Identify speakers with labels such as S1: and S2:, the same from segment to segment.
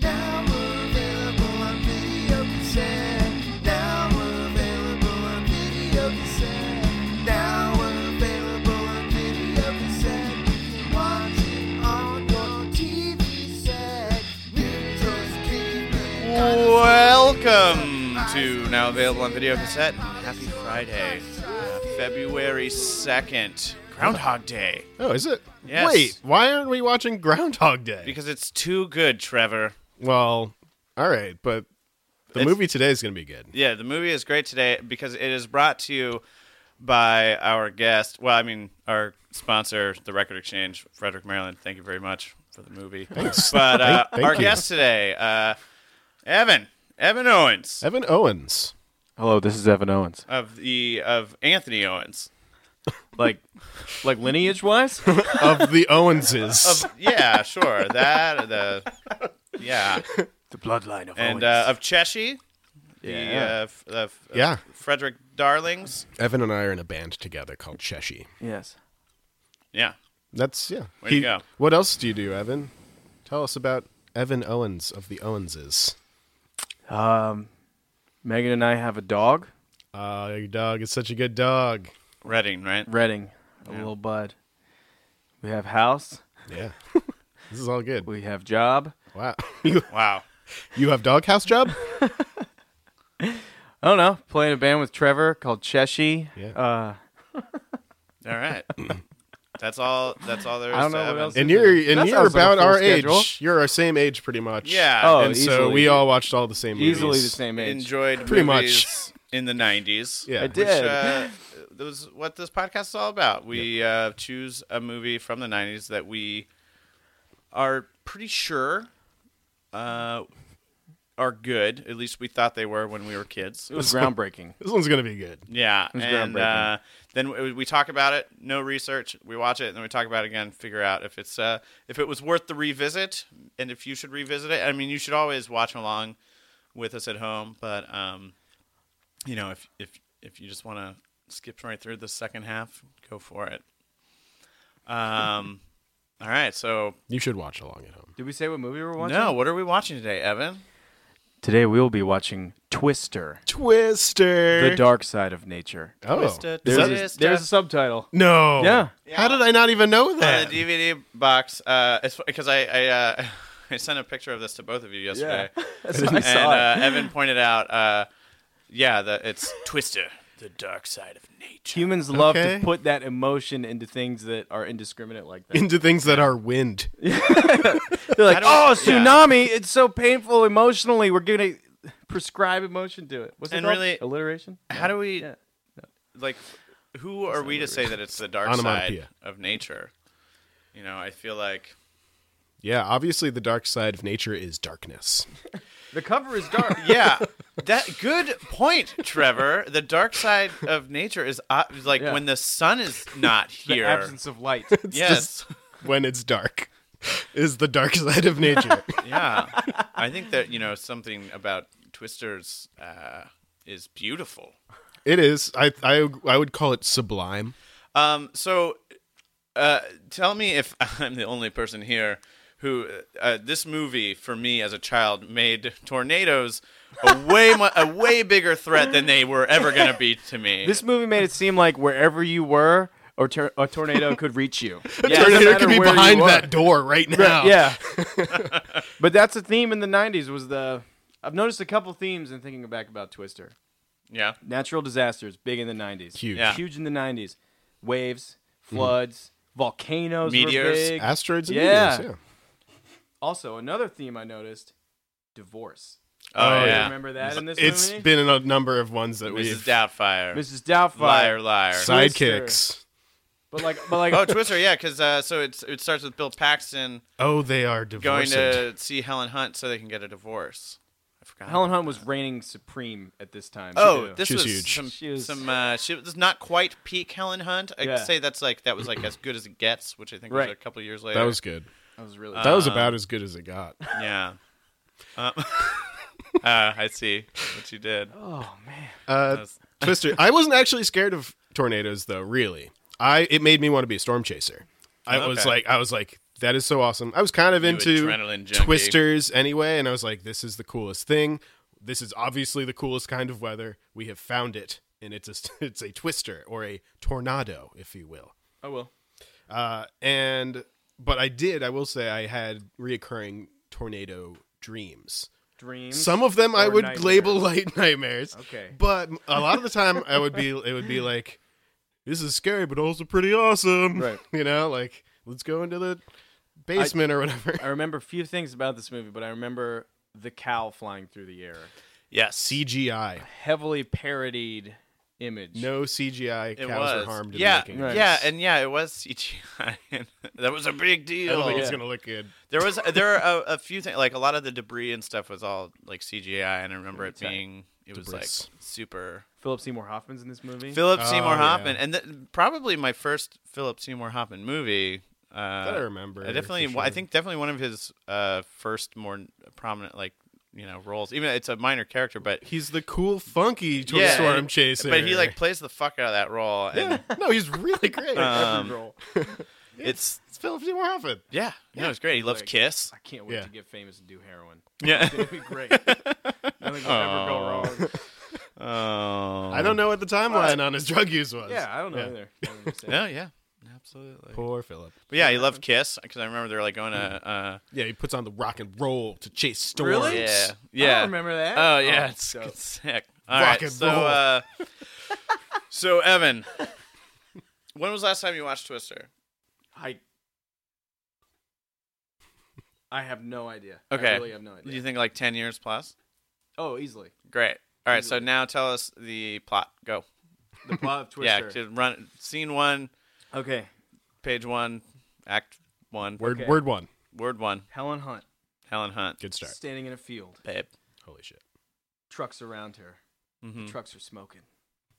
S1: Now we're available on video cassette. Now we're available on video cassette. Now we're available on video cassette. You can watch it on your TV set. You just keep it
S2: Welcome to Now Available on Video Cassette. Happy Friday, uh, February 2nd, Groundhog Day.
S3: Oh, is it?
S2: Yes.
S3: Wait, why aren't we watching Groundhog Day?
S2: Because it's too good, Trevor.
S3: well, all right, but the
S2: It's-
S3: movie today is going to be good.
S2: Yeah, the movie is great today because it is brought to you by our guest. Well, I mean, our sponsor, the Record Exchange, Frederick Maryland. Thank you very much for the movie. Thanks. But uh,
S3: Thank- thank
S2: our
S3: you.
S2: guest today, uh, Evan, Evan Owens
S3: Evan Owens.
S4: Hello, this is Evan Owens.
S2: of the of Anthony Owens.
S4: Like, like lineage wise,
S3: Of the Owenses.
S2: Of, yeah, sure. That uh, the yeah,
S4: the bloodline of
S2: and uh, of Cheshi, the
S4: yeah,
S2: uh, f- uh, f- uh,
S3: Yeah.
S2: Frederick Darlings.
S3: Evan and I are in a band together called Cheshi.
S4: yes.
S2: Yeah,
S3: That's, yeah.
S2: Way to go.
S3: What else do you do, Evan? Tell us about Evan Owens of the Owenses.
S4: Um, Megan and I have a dog,
S3: Oh, your dog is such a good dog.
S2: Reading, right?
S4: Redding, a little bud. We have house.
S3: Yeah. this is all good.
S4: We have job.
S3: Wow. you,
S2: Wow.
S3: you have doghouse job?
S4: I don't know. Playing a band with Trevor called Cheshi.
S3: Yeah.
S4: Uh,
S2: All right. That's all. That's all there is.
S4: I don't
S2: to
S4: know what
S2: Evan.
S4: else-
S3: And you're
S4: That
S3: and
S4: sounds
S3: you're
S4: like a
S3: about
S4: full
S3: our
S4: schedule.
S3: age. You're our same age, pretty much.
S2: Yeah.
S4: Oh,
S3: and so
S4: easily.
S3: we all watched all the same movies.
S4: easily the same age.
S2: enjoyed
S3: Pretty much.
S2: movies in the '90s.
S3: Yeah.
S4: I
S2: Which,
S4: did.
S2: uh, that was what this podcast is all about. We uh, choose a movie from the '90s that we are pretty sure uh, are good. At least we thought they were when we were kids.
S4: it was groundbreaking.
S3: This one's gonna be good.
S2: Yeah,
S4: was
S2: and
S4: groundbreaking.
S2: uh, then we we talk about it. No research. We watch it, and then we talk about it again. Figure out if it's uh, if it was worth the revisit, and if you should revisit it. I mean, you should always watch along with us at home, but um, you know, if if if you just want to skip right through the second half, go for it. Um, all right. So
S3: You should watch along at home.
S4: Did we say what movie we were watching?
S2: no, what are we watching today, Evan?
S4: Today we will be watching Twister:
S3: Twister.
S4: The Dark Side of Nature.
S3: Oh.
S2: Twister,
S4: There's,
S2: Twister.
S4: a, there's a subtitle.
S3: No.
S4: Yeah.
S3: How did I not even know
S2: on
S3: that?
S2: the DVD box because I I, uh, I sent a picture of this to both of you yesterday,
S4: That's what I
S2: and
S4: saw. it.
S2: uh, Evan pointed out, uh, yeah, the, it's Twister, the dark side of nature.
S4: Humans love
S3: Okay.
S4: to put that emotion into things that are indiscriminate like that.
S3: Into things that are wind.
S4: They're like,
S2: I don't-
S4: oh,
S2: yeah.
S4: tsunami! It's so painful emotionally. We're gonna prescribe emotion to it. What's it
S2: And
S4: called?
S2: really-
S4: alliteration?
S2: How do we
S4: Yeah.
S2: like? Who are we to say that it's the dark side
S3: Onomatopoeia.
S2: of nature? You know, I feel like
S3: Yeah. Obviously, the dark side of nature is darkness.
S4: The cover is dark.
S2: yeah. That good point, Trevor. The dark side of nature is uh, like
S4: Yeah.
S2: when the sun is not
S4: the
S2: here.
S4: absence of light.
S2: yes,
S3: when it's dark, is the dark side of nature.
S2: yeah. I think that you know something about Twisters uh, is beautiful.
S3: it is. I, I I would call it sublime.
S2: Um, so, uh, tell me if I'm the only person here who uh, this movie for me as a child made tornadoes a way mu- a way bigger threat than they were ever going to be to me.
S4: this movie made it seem like wherever you were, or tor- a tornado could reach you.
S2: Yes.
S4: Doesn't
S3: Tornado
S4: matter
S3: could be
S4: where you
S3: behind
S4: are.
S3: that door right now.
S4: Yeah. but that's a theme in the '90s. Was the I've noticed a couple themes in thinking back about Twister.
S2: yeah,
S4: Natural disasters, big in the '90s.
S3: Huge. Mm-hmm.
S2: Yeah.
S4: huge in the '90s. Waves, floods, volcanoes, Were
S2: Meteors.
S4: big.
S3: Asteroids. And
S4: Yeah.
S3: meteors,
S4: also, another theme I noticed: divorce.
S2: oh,
S3: Oh,
S4: Do you
S2: yeah,
S4: Remember that in this
S3: It's
S4: movie?
S3: been in a number of ones that
S2: Mrs.
S3: we've
S2: Doubtfire,
S4: Mrs. Doubtfire.
S2: liar, liar.
S4: So-
S3: sidekicks.
S4: But like, but like,
S2: oh, Twister, yeah, because uh, so it's it starts with Bill Paxton
S3: Oh, they are
S2: going
S3: divorced.
S2: to see Helen Hunt so they can get a divorce. I forgot.
S4: Helen Hunt was reigning supreme at this time.
S2: Oh,
S4: too.
S2: this
S3: She
S2: was
S3: was huge.
S2: some
S4: She was-
S2: some. Uh, she was not quite peak Helen Hunt. I'd
S4: Yeah.
S2: say that's like that was like as good as it gets, which I think
S4: Right.
S2: was a couple years later.
S3: That was good.
S4: that was really
S3: That
S2: Uh,
S3: was about as good as it got.
S2: yeah. Um, uh, I see what you did.
S3: Uh,
S2: was-
S3: Twister. I wasn't actually scared of tornadoes though. Really, I it made me want to be a storm chaser. I was
S2: Okay.
S3: like, I was like, that is so awesome. I was kind of into
S2: adrenaline junkie.
S3: twisters anyway, and I was like, this is the coolest thing. This is obviously the coolest kind of weather. We have found it, and it's a it's a twister or a tornado, if you will.
S4: I will.
S3: Uh, and but I did, I will say, I had reoccurring tornado dreams.
S4: Dreams.
S3: Some of them I
S4: or
S3: would
S4: nightmares?
S3: label light nightmares.
S4: Okay.
S3: But a lot of the time I would be it would be like this is scary but also pretty awesome.
S4: Right.
S3: You know, like let's go into the basement or whatever.
S4: I remember few things about this movie, but I remember the cow flying through the air.
S2: Yes.
S3: CGI.
S4: Heavily parodied image.
S3: No CGI
S2: it
S3: cows
S2: was.
S3: are harmed in
S2: yeah,
S3: making.
S4: Right.
S3: it.
S2: yeah, and yeah, it was CGI. that was a big deal.
S3: I don't think it's
S4: Yeah.
S3: going to look good.
S2: There was there are a, a few things like a lot of the debris and stuff was all like CGI, and I remember it
S4: Debris.
S2: being it was like
S3: Debris.
S2: super.
S4: Philip Seymour Hoffman's in this movie.
S2: Philip
S3: Oh,
S2: Seymour
S3: yeah.
S2: Hoffman, and th- probably my first Philip Seymour Hoffman movie. Uh,
S3: That I remember.
S2: I definitely,
S3: for
S2: I
S3: sure.
S2: think definitely one of his uh, first more prominent like you know roles. Even though it's a minor character, but
S3: he's the cool funky tw-
S2: Yeah,
S3: storm
S2: and-
S3: chaser.
S2: but he like plays the fuck out of that role, and
S3: yeah. no, he's really great.
S2: um,
S4: Girl.
S2: it's
S3: it's Philip Seymour Hoffman.
S2: yeah, no, it's great. He loves
S4: Like-
S2: Kiss.
S4: I can't wait
S3: Yeah.
S4: to get famous and do heroin.
S2: Yeah.
S4: It'd be great. Nothing could ever go wrong.
S2: oh,
S3: I don't know what the timeline on his drug use was.
S4: Yeah, I don't know
S3: Yeah.
S4: either. I don't understand.
S2: No, yeah, absolutely.
S3: Poor Philip.
S2: But yeah, he loved Kiss because I remember they're like going
S3: Hmm.
S2: to. Uh,
S3: Yeah, he puts on the rock and roll to chase storms.
S4: Really?
S2: yeah,
S4: I
S2: yeah.
S4: don't remember that.
S2: Oh yeah, it's,
S4: so-
S2: it's sick. All
S3: Rock
S2: right,
S3: and
S2: so
S3: roll.
S2: uh, so Evan, when was the last time you watched Twister?
S4: I I have no idea. I
S2: Okay.
S4: really have no
S2: Do
S4: idea.
S2: you think like ten years plus?
S4: oh, easily.
S2: Great. All right, so now tell us the plot. Go.
S4: The plot of
S2: Yeah,
S4: Twister.
S2: just run scene one,
S4: okay.
S2: page one, act one, word,
S3: Word
S4: Okay.
S3: word one.
S2: one.
S4: Helen Hunt
S2: Helen Hunt,
S3: Good start.
S4: standing in a field.
S2: babe.
S3: Holy shit.
S4: Trucks around her.
S2: Mhm.
S4: Trucks are smoking.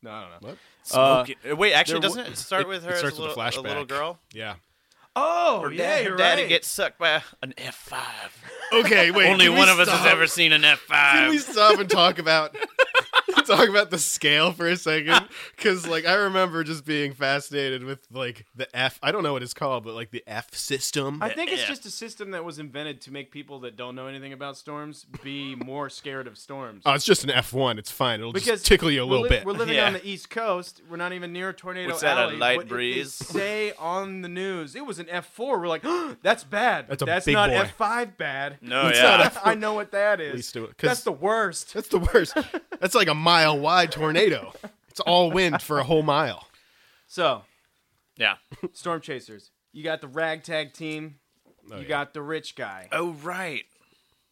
S4: No, I don't know.
S3: What?
S4: Uh,
S2: Smoking- uh, Wait, actually,
S4: there wa-
S2: doesn't it start
S3: It-
S2: with
S3: it
S2: her as
S3: starts
S2: a,
S3: with a
S2: little, a little
S3: flashback.
S2: girl?
S3: Yeah.
S4: Oh,
S2: Her
S4: yeah,
S2: dad-
S4: you're
S2: her daddy
S4: right.
S2: gets sucked by an F five.
S3: Okay, wait.
S2: Only
S3: can we
S2: one of us has
S3: stop-
S2: ever seen an F
S3: Can we
S2: five.
S3: stop and talk about talk about the scale for a second? Because like I remember just being fascinated with like the F. I don't know what it's called, but like the F system.
S4: I think it's
S2: Yeah.
S4: just a system that was invented to make people that don't know anything about storms be more scared of storms.
S3: oh, it's just an F one. It's fine. It'll
S4: because
S3: just tickle you a
S4: we're
S3: little
S4: li-
S3: bit.
S4: We're living
S2: Yeah.
S4: on the East Coast. We're not even near a tornado.
S2: Was that a
S4: alley.
S2: light
S4: What did they
S2: breeze?
S4: say on the news, it was an F four. We're like, that's bad.
S3: That's a
S4: that's
S3: big
S4: not
S3: boy.
S4: F five bad.
S2: No,
S3: It's
S2: yeah.
S3: not
S4: I know what that is.
S3: least it was- 'cause-
S4: That's the worst.
S3: That's the worst. That's like a mile wide tornado. It's all wind for a whole mile.
S4: So,
S2: yeah.
S4: storm chasers. You got the ragtag team.
S3: Oh,
S4: you
S3: yeah.
S4: got the rich guy.
S2: Oh right.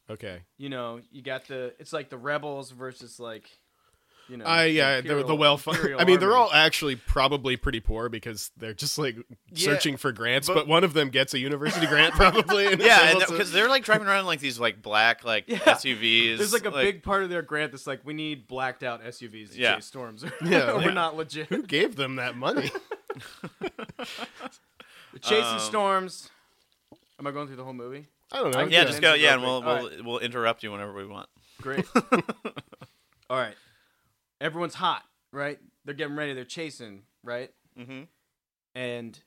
S3: Okay.
S4: You know, you got the. It's like the rebels versus like, you know.
S3: I yeah,
S4: Imperial-
S3: the, the well.
S4: Imperial
S3: I mean, they're
S4: Army.
S3: all actually probably pretty poor because they're just like searching for grants. But, one of them gets a university grant probably. and is
S2: Yeah,
S3: able to-
S2: because they're like driving around in, like these like black like
S4: Yeah.
S2: SUVs.
S4: There's like a big part of their grant that's like we need blacked out SUVs to
S2: Yeah.
S4: chase storms.
S3: Yeah.
S4: we're
S3: Yeah.
S4: not legit.
S3: who gave them that money?
S4: We're chasing storms. Am I going through the whole movie?
S3: I don't know.
S4: I-
S2: yeah, just go yeah, and we'll
S4: All
S2: we'll, we'll interrupt you whenever we want.
S4: Great. all right. Everyone's hot, right? They're getting ready. They're chasing, right?
S2: Mhm.
S4: And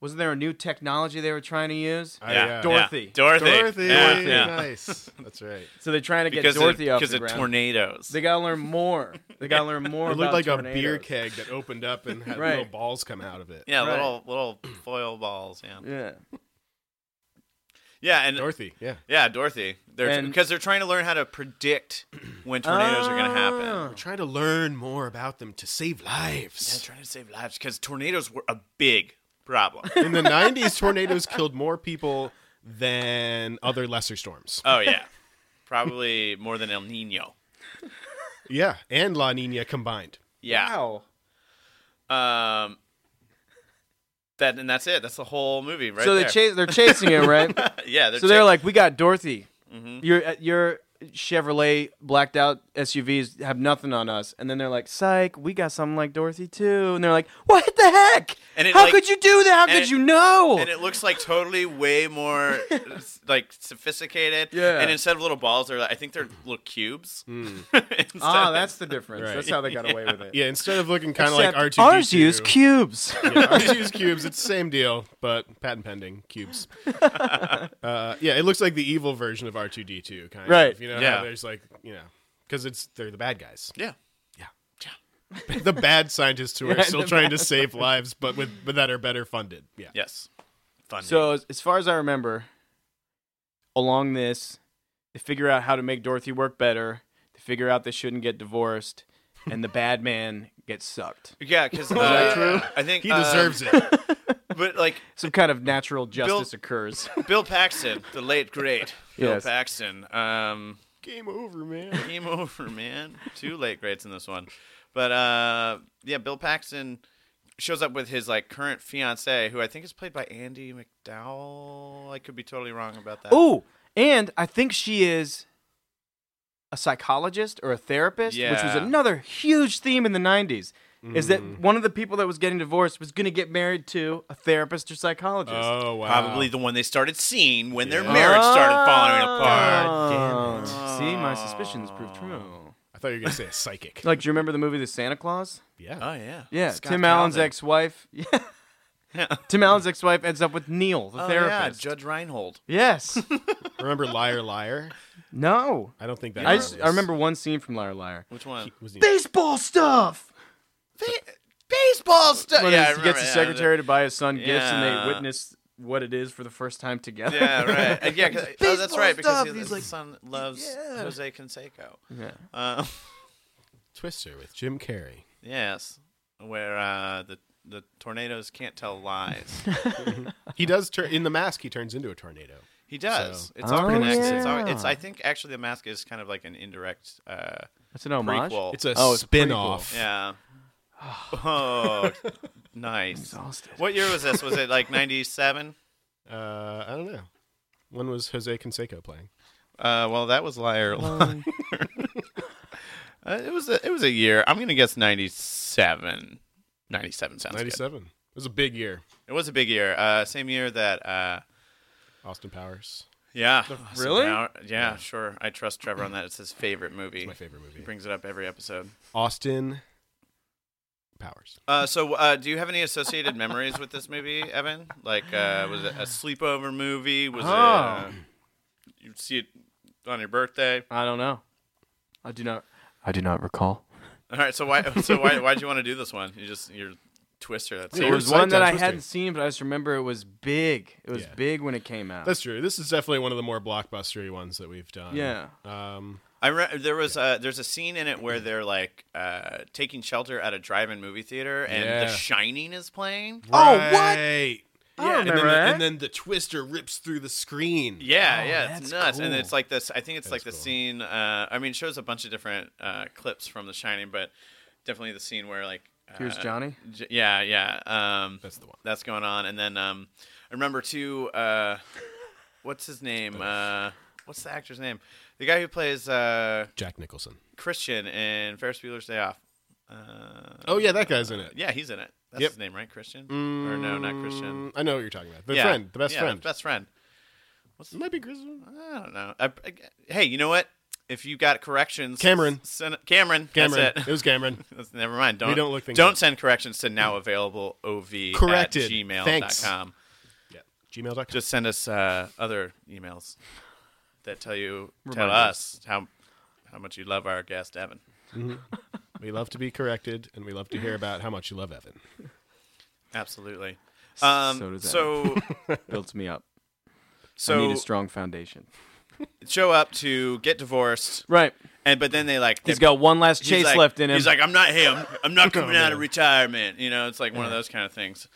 S4: wasn't there a new technology they were trying to use?
S3: I,
S2: yeah.
S3: uh,
S4: Dorothy.
S2: Dorothy,
S3: Dorothy.
S2: yeah, yeah.
S3: Nice. That's right.
S4: So they're trying to get
S2: because
S4: Dorothy
S2: of,
S4: off
S2: because
S4: the
S2: of
S4: ground.
S2: tornadoes.
S4: They gotta learn more. They gotta learn more.
S3: It looked
S4: about
S3: like a beer
S4: tornadoes.
S3: keg that opened up and had
S4: Right.
S3: little balls come out of it.
S2: yeah,
S4: Right.
S2: little little foil balls. Yeah,
S4: Yeah.
S2: yeah, and
S3: Dorothy. Yeah.
S2: yeah, Dorothy. They're
S4: And-
S2: because they're trying to learn how to predict when tornadoes are going
S4: Ah.
S2: to happen.
S3: We're trying to learn more about them to save
S2: Yeah,
S3: lives.
S2: trying to save lives because tornadoes were a big problem.
S3: In the '90s, tornadoes killed more people than other lesser storms.
S2: oh yeah, probably more than El Nino.
S3: Yeah, and La Nina combined.
S2: Yeah.
S4: Wow.
S2: Um, that and that's it. That's the whole movie, right?
S4: so they
S2: there. Uh,
S4: chase. They're chasing him, right?
S2: yeah, they're
S4: so they're
S2: cha-
S4: like, we got Dorothy.
S2: Mm-hmm.
S4: Your uh, your Chevrolet blacked out SUVs have nothing on us, and then they're like, "Psych, we got something like Dorothy too," and they're like, "What the heck?
S2: And it,
S4: How
S2: like-
S4: could you do that? How
S2: and
S4: could
S2: it-
S4: you know?"
S2: and it looks like totally way more like sophisticated.
S4: Yeah.
S2: And instead of little balls, they're like, I think they're little cubes. Instead-
S4: ah, that's the difference.
S3: Right.
S4: That's how they got away with it.
S3: Yeah, instead of looking kind of like R
S4: Except
S3: two.
S4: ours use cubes.
S3: Yeah, ours use cubes. It's the same deal, but patent pending cubes. uh, yeah, it looks like the evil version of R two D two, kind
S4: Right.
S3: of. You know,
S2: Yeah.
S3: how there's like you know, because it's they're the bad guys,
S2: yeah.
S3: the bad scientists who are
S4: Yeah,
S3: still
S4: the
S3: trying to save lives, but with but that are better funded. Yeah,
S2: Yes. Fun.
S4: So as, as far as I remember, along this, they figure out how to make Dorothy work better. They figure out they shouldn't get divorced, and the bad man gets sucked.
S2: yeah, because
S3: that
S2: I think
S3: he
S2: uh,
S3: deserves it.
S2: But like
S4: Some kind of natural justice occurs.
S2: Bill Paxton, the late great Bill
S4: Yes.
S2: Paxton, um,
S3: Game over, man.
S2: Game over, man. Two late greats in this one. But uh yeah, Bill Paxton shows up with his like current fiance, who I think is played by Andy McDowell. I could be totally wrong about that.
S4: Oh, and I think she is a psychologist or a therapist, which was
S2: Yeah. Mm.
S4: another huge theme in the 90s. Is that one of the people that was getting divorced was going to get married to a therapist or psychologist?
S3: Oh wow.
S2: Probably the one they started seeing when their
S3: Yeah.
S2: marriage started
S4: Oh.
S2: falling apart. Oh.
S4: God damn it. See, my suspicions proved true.
S3: I thought you were gonna say a psychic.
S4: Like, do you remember the movie The Santa Claus?
S3: yeah.
S2: Oh yeah,
S4: Yeah,
S2: Scott
S4: Tim Allen's
S2: Calvin.
S4: ex-wife.
S2: Yeah.
S4: Tim Allen's ex-wife ends up with Neil, the
S2: Oh, yeah,
S4: therapist.
S2: Judge Reinhold.
S4: yes.
S3: Remember Liar Liar?
S4: no.
S3: I don't think that.
S4: I
S3: was-
S4: just, I remember one scene from Liar Liar.
S2: Which one?
S3: Was he-
S4: Baseball stuff.
S2: baseball stuff.
S4: When
S2: Yeah, I
S4: he gets
S2: remember,
S4: the
S2: yeah,
S4: secretary to buy his son gifts, and
S2: Yeah.
S4: they witness what it is for the first time together.
S2: Yeah, right. Uh, Yeah, 'cause- oh, that's
S4: Baseball
S2: right. Because
S4: stuff,
S2: his,
S4: he's
S2: his
S4: like,
S2: son loves
S4: yeah.
S2: Jose Canseco.
S4: Yeah.
S2: Um,
S3: Twister with Jim Carrey.
S2: Yes, where uh, the the tornadoes can't tell lies.
S3: He does turn in the mask. He turns into a tornado.
S2: he does.
S3: So-
S2: it's all
S4: Oh,
S2: connected. It's, all, it's
S4: yeah.
S2: I think actually the mask is kind of like an indirect uh,
S4: That's an homage.
S2: prequel.
S3: It's a
S4: Oh, it's a
S3: spin-off.
S2: yeah. Oh, nice.
S4: Exhausted.
S2: What year was this? Was it like '97?
S3: Uh, I don't know. When was Jose Canseco playing?
S2: Uh, well, that was liar. Liar. uh, it was a, it was a year. I'm gonna guess '97. '97 sounds good.
S3: Ninety-seven. It was a big year.
S2: It was a big year. Uh, same year that uh,
S3: Austin Powers.
S2: Yeah. So
S4: really?
S2: now- yeah, sure. I trust Trevor on that. It's his favorite movie.
S3: It's my favorite movie.
S2: He brings it up every episode.
S3: Austin Powers.
S2: Uh, so, uh, do you have any associated memories with this movie, Evan? Like, uh, was it a sleepover movie? Was it uh,
S4: Oh.
S2: you'd see it on your birthday?
S4: I don't know. I do not. I do not recall.
S2: All right. So why? So why? Why'd you want to do this one? You just you're Twister. That's
S3: Yeah,
S4: There
S3: you're
S2: it.
S4: was one
S3: psyched
S4: that
S3: on
S4: I
S3: Twister.
S4: hadn't seen, but I just remember it was big. It was
S3: Yeah.
S4: big when it came out.
S3: That's true. This is definitely one of the more blockbustery ones that we've done.
S4: Yeah.
S3: Um,
S2: I re- there was uh there's a scene in it where they're like uh, taking shelter at a drive-in movie theater, and
S3: Yeah.
S2: The Shining is playing.
S4: Oh, what?
S3: right. Yeah, and then,
S4: remember
S3: the,
S4: that.
S3: and then the twister rips through the screen.
S2: Yeah,
S4: Oh,
S2: yeah, it's
S4: that's
S2: nuts, and
S4: cool.
S2: it's like this. I think it's like the
S3: That's cool.
S2: scene. Uh, I mean, it shows a bunch of different uh, clips from The Shining, but definitely the scene where like uh,
S4: Here's Johnny.
S2: J- yeah, yeah, um,
S3: That's the one.
S2: that's going on, and then um, I remember too. Uh, what's his name? Uh, what's the actor's name? The guy who plays uh,
S3: Jack Nicholson.
S2: Christian in Ferris Bueller's Day Off. Uh,
S3: Oh, yeah, that guy's in it.
S2: yeah, he's in it. That's
S3: Yep.
S2: his name, right? Christian? or no, not Christian.
S3: Mm, I know what you're talking about. The
S2: Yeah.
S3: friend, the best
S2: Yeah,
S3: friend.
S2: best friend.
S3: It might be Grissom.
S2: I don't know. I, I, hey, you know what? If you got corrections,
S3: Cameron.
S2: s- send, Cameron,
S3: Cameron.
S2: That's
S3: It
S2: it.
S3: was Cameron.
S2: That's- never mind. Don't
S3: don't look things
S2: don't
S3: up.
S2: send corrections to now available ov
S3: Corrected.
S2: at gmail.com.
S3: Thanks. yeah. Gmail.com.
S2: Just send us uh, other emails that tell you tell
S4: Remind
S2: us how how much you love our guest Evan.
S3: we love to be corrected, and we love to hear about how much you love Evan.
S2: Absolutely. Um,
S4: So does
S2: so
S4: Builds me up. I
S2: so
S4: need a strong foundation.
S2: show up to get divorced,
S4: Right.
S2: and but then they like
S4: He's
S2: they-
S4: got one last
S2: he's
S4: chase
S2: like-
S4: left in him.
S2: He's like, I'm not him. I'm not coming out
S3: man.
S2: of retirement. You know, it's like one of those kind of things.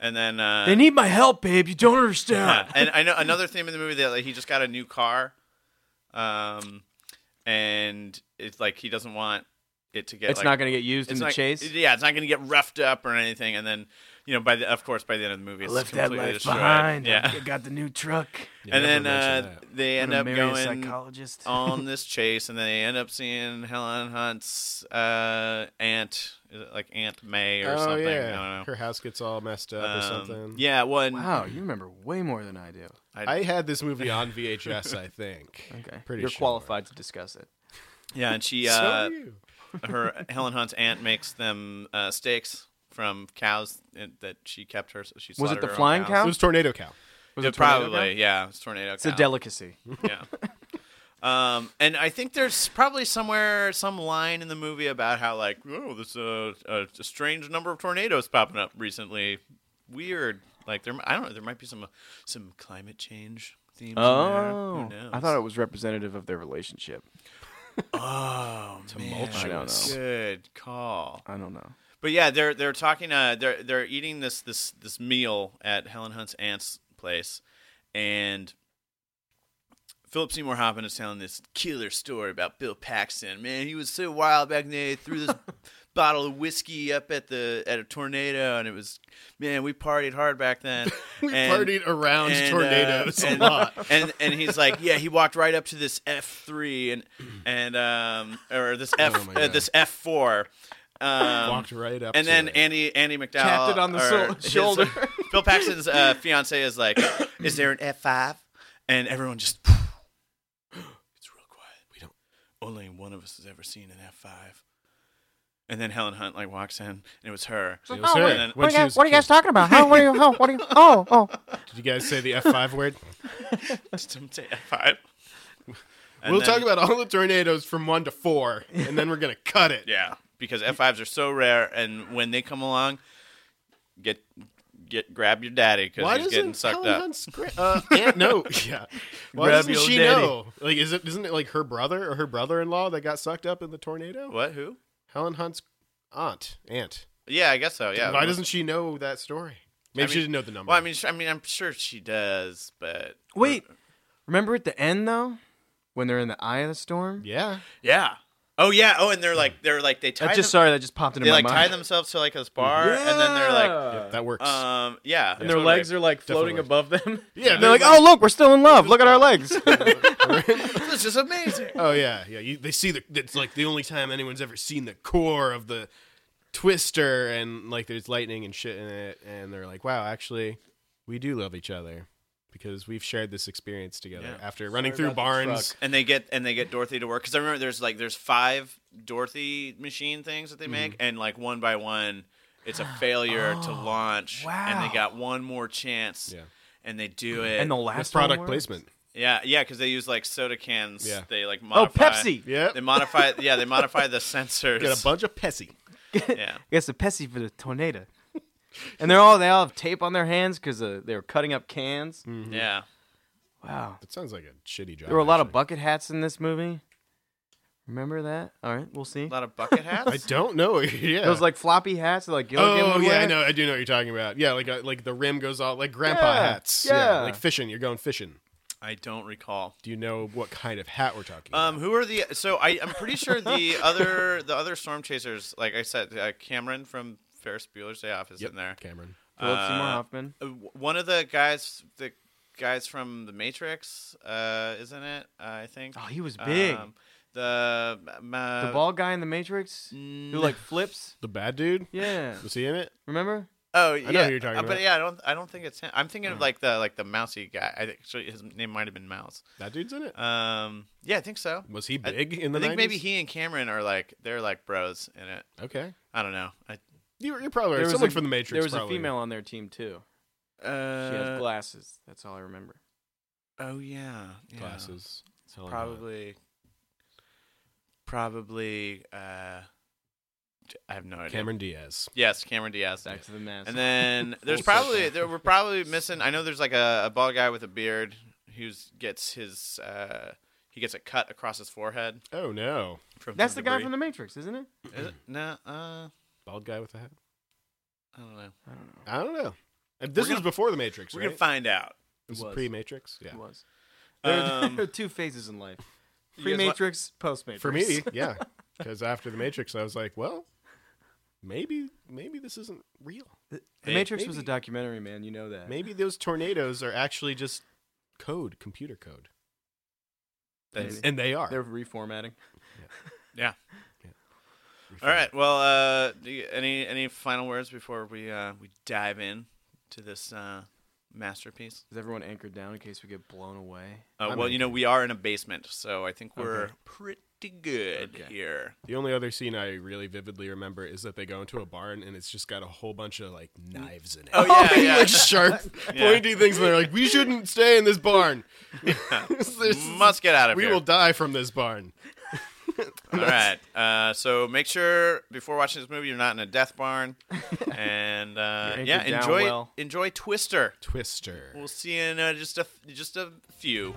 S2: And then uh,
S4: they need my help, babe. You don't
S2: Yeah,
S4: understand.
S2: and I know another theme in the movie that like he just got a new car, um, and it's like he doesn't want it to get.
S4: It's
S2: like,
S4: not going to get used in
S2: it's
S4: the
S2: not-
S4: chase.
S2: Yeah, it's not going to get roughed up or anything. And then, you know, by the of course by the end of the movie, it's completely destroyed. Yeah,
S4: got the new truck.
S3: You
S2: and
S3: never
S2: then
S3: mentioned
S2: uh,
S3: that.
S2: they end up going
S4: psychologist.
S2: on this chase, and they end up seeing Helen Hunt's uh, aunt, is it like Aunt May or
S3: oh,
S2: something. I
S3: Yeah.
S2: don't know.
S3: Her house gets all messed up or
S2: Um,
S3: something.
S2: yeah, well, and
S4: Wow, you remember way more than I do.
S3: I had this movie on VHS, I think.
S4: Okay,
S3: Pretty
S4: you're
S3: sure.
S4: qualified to discuss it.
S2: yeah, and she
S3: So
S2: uh,
S3: are you.
S2: her Helen Hunt's aunt makes them uh, steaks from cows and- that she kept her. She
S4: Was it
S2: slaughtered
S4: the
S2: her own
S4: flying
S2: cows.
S4: cow?
S3: It was Tornado Cow.
S4: Was
S2: Yeah,
S4: it tornado
S2: probably,
S4: cow?
S2: yeah. It's tornado.
S4: It's a
S2: cow.
S4: delicacy.
S2: yeah. Um, and I think there's probably somewhere some line in the movie about how like oh there's a, a, a strange number of tornadoes popping up recently, weird. Like there, I don't know. There might be some some climate change themes.
S4: Oh,
S2: in there. Who knows?
S4: I thought it was representative of their relationship.
S2: Oh,
S4: I don't
S2: tumultuous.
S4: know.
S2: Good call.
S4: I don't know.
S2: But yeah, they're they're talking. Uh, they're they're eating this this this meal at Helen Hunt's aunt's place, and Philip Seymour Hoffman is telling this killer story about Bill Paxton. Man, he was so wild back in the day. Threw this bottle of whiskey up at the at a tornado, and it was man, we partied hard back then.
S3: We
S2: And-
S3: partied around
S2: and, uh,
S3: tornadoes
S2: and-
S3: a lot.
S2: And and he's like, yeah, he walked right up to this F three and and um or this F
S3: Oh
S2: uh,
S3: my God.
S2: this F four. Um,
S3: Walked right up
S2: and
S3: to
S2: then
S3: it.
S2: Andy Andy McDowell
S4: Tapped it on the
S2: or
S4: sol-
S2: his-
S4: shoulder.
S2: Bill Paxton's uh, fiance is like, "Is there an F 5 And everyone just, it's real quiet. We don't. Only one of us has ever seen an F five. And then Helen Hunt like walks in, and it was her.
S3: It was her.
S2: and then-
S3: When she was a kid.
S5: talking about? Huh? What are you? Huh? What are you? Oh, oh.
S3: Did you guys say the F5 word?
S2: Don't say F five.
S3: we'll talk about all the tornadoes from one to four, and then we're going to cut it.
S2: yeah because F fives are so rare, and when they come along, get get grab your daddy because
S3: Why
S2: he's
S3: doesn't
S2: getting sucked
S3: Helen
S2: up.
S3: Hunt's gra- uh, aunt know? Yeah. Why
S4: Grab
S3: doesn't
S4: your
S3: she
S4: daddy.
S3: know? Like, is it isn't it like her brother or her brother-in-law that got sucked up in the tornado?
S2: What? Who?
S3: Helen Hunt's aunt, aunt.
S2: Yeah, I guess so. Yeah.
S3: Why doesn't she know that story? Maybe
S2: I
S3: she
S2: mean-
S3: didn't know the number.
S2: Well, I mean, sh- I mean, I'm sure she does, but
S4: Wait, remember at the end though, when they're in the eye of the storm?
S3: yeah.
S2: yeah. Oh yeah. Oh, and they're like they're like they tie
S4: That's just
S2: them-
S4: sorry that just popped into
S2: they
S4: my
S2: like tie
S4: mind.
S2: themselves to like this bar, and then they're like,
S3: that works.
S2: um, yeah,
S4: and their legs are like floating above them.
S3: yeah,
S4: They're like, oh look, we're still in love. Look at our legs.
S2: this is amazing.
S3: oh yeah, yeah. You, they see the. It's like the only time anyone's ever seen the core of the twister, and like there's lightning and shit in it, and they're like, wow, actually, we do love each other because we've shared this experience together
S2: Yeah.
S3: after running through barns.
S2: and they get and they get Dorothy to work because I remember there's like there's five Dorothy machine things that they make,
S4: Mm-hmm.
S2: and like one by one, it's a failure to launch, and
S4: Oh, wow. Mm-hmm.
S2: they got one more chance,
S3: Yeah.
S2: and they do it,
S4: and the
S3: That's
S4: last one
S3: product
S4: works.
S3: placement.
S2: yeah, yeah, because they use like soda cans,
S3: Yeah.
S2: they like
S4: Oh,
S2: modify,
S4: Pepsi.
S3: Yeah,
S2: they modify, yeah, they modify the sensors,
S3: get a bunch of Pepsi.
S2: yeah.
S4: It's a Pepsi for the tornado. And they're all they all have tape on their hands because uh, they were cutting up cans.
S3: Mm. Mm-hmm.
S2: Yeah.
S4: Wow,
S3: That sounds like a shitty job.
S4: there were a lot of
S3: actually.
S4: bucket hats in this movie. Remember that? All right, we'll see.
S2: A lot of bucket hats.
S3: I don't know. yeah,
S4: Those like floppy hats, like Gilligan
S3: Oh
S4: would
S3: yeah, I
S4: wear.
S3: know. I do know what you're talking about. Yeah, like uh, like the rim goes all like grandpa
S4: Yeah,
S3: hats.
S4: yeah.
S3: like fishing. You're going fishing.
S2: I don't recall.
S3: Do you know what kind of hat we're
S4: Uh,
S3: talking? about?
S2: Um, who are the? So I, I'm pretty sure the other the other storm chasers, like I said, uh, Cameron from Ferris Bueller's Day Off is in there.
S3: Cameron.
S4: Philip Seymour
S2: Uh,
S4: Hoffman.
S2: Uh, w- One of the guys, the guys from The Matrix, uh, isn't it? Uh, I think.
S4: Oh, he was big.
S2: Um, the um, uh,
S4: the bald guy in the Matrix who
S3: mm.
S4: like flips.
S3: The bad dude?
S4: Yeah,
S3: Was he in it?
S4: remember?
S2: Oh, yeah.
S3: who you're talking
S2: Uh, But
S3: about. Mm.
S2: yeah, I don't. I don't think it's him. I'm thinking of like the like the mousy guy. I think actually his name might have been Mouse.
S3: That dude's in it.
S2: Um, yeah, I think so.
S3: was he
S2: I-
S3: big in the
S2: I think
S3: 90s?
S2: maybe he and Cameron are like they're like bros in it.
S3: Okay.
S2: I don't know. I
S3: You, you're probably right.
S4: There was
S3: Someone
S4: a-
S3: from the Matrix.
S4: There was
S3: probably. Uh,
S4: a female on their team too. She has glasses. That's all I remember.
S2: uh, Oh yeah, yeah.
S3: Glasses. Helen Hunt.
S2: Probably. Probably. Uh, I have no idea.
S3: Cameron Diaz.
S2: Yes, Cameron Diaz.
S4: Back to the mask.
S2: And then there's
S3: Full circle.
S2: probably there we're probably missing. I know there's like a, a bald guy with a beard who's gets his uh, he gets a cut across his forehead.
S3: Oh, no.
S2: From
S4: That's the guy from the Matrix, isn't it?
S2: the. debris. Is it? No, uh, I
S3: Bald guy with a hat?
S2: don't know.
S3: I don't know. Uh,
S2: We're
S3: This
S2: gonna-
S3: was before the Matrix,
S2: We're
S3: right?
S2: gonna find out.
S3: This is
S4: was.
S3: pre-Matrix? Yeah.
S4: It was. There,
S2: Um,
S4: there are two phases in life:
S2: guys
S4: pre-Matrix, post-Matrix.
S3: For me, yeah. because after the Matrix, I was like, well, maybe maybe this isn't real.
S4: The
S2: Hey,
S4: Matrix was a
S3: maybe-
S4: documentary, man. You know that.
S3: Maybe those tornadoes are actually just code, computer code,
S2: That's-
S3: and they are.
S4: They're reformatting.
S2: yeah. All right. Well, uh, do you, any any final words before we uh, we dive in to this uh, masterpiece?
S4: Is everyone anchored down in case we get blown away?
S2: Uh,
S3: I'm
S2: well, you know we are in a basement, so I think we're
S4: Okay.
S2: pretty good
S4: Okay.
S2: here.
S3: The only other scene I really vividly remember is that they go into a barn and it's just got a whole bunch of like knives in it.
S2: Oh, yeah, yeah.
S3: like sharp,
S2: Yeah.
S3: pointy things. And they're like, we shouldn't stay in this barn. This is-
S2: Must get out of
S3: we
S2: here.
S3: will die from this barn.
S2: All right. Uh, so make sure before watching this movie, you're not in a death barn, and uh,
S4: You're
S2: yeah,
S4: anchored down
S2: enjoy
S4: well.
S2: enjoy Twister.
S3: Twister.
S2: We'll see you in uh, just a just a few.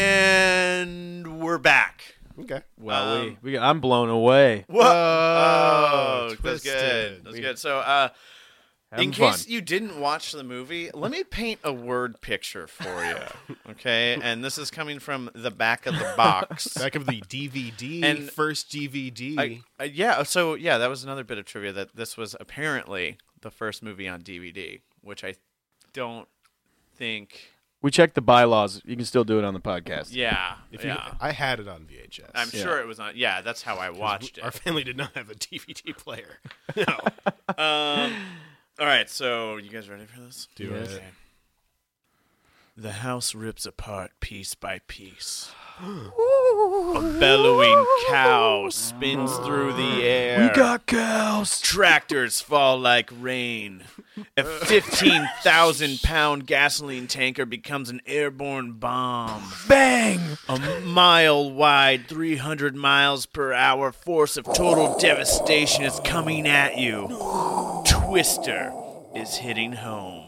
S2: And we're back.
S3: Okay.
S4: Well,
S2: Um,
S4: we, we I'm blown away.
S2: Whoa!
S3: Whoa,
S2: Oh, that's
S3: Oh, twisted.
S2: good. That's
S3: We-
S2: good. So, uh,
S4: Having
S2: in case
S4: fun.
S2: you didn't watch the movie, let me paint a word picture for you. Okay, and this is coming from the back of the box.
S3: Back of the DVD,
S2: And-
S3: first DVD.
S2: I- uh, yeah. So yeah, that was another bit of trivia that this was apparently the first movie on DVD, which I don't think.
S4: we checked the bylaws. You can still do it on the podcast.
S2: Yeah,
S3: if you,
S2: yeah.
S3: I had it on VHS.
S2: I'm sure it was on. Yeah, that's how I watched it.
S3: Our family did not have a DVD player. No.
S2: Um, all right, so you guys ready for this?
S3: Do
S4: Yes.
S3: it.
S2: The house rips apart piece by piece. A bellowing cow spins through the air. We got cows. Tractors fall like rain. A 15,000 pound gasoline tanker becomes an airborne bomb.
S4: Bang!
S2: A mile wide, 300 miles per hour force of total devastation is coming at you. Twister is hitting home.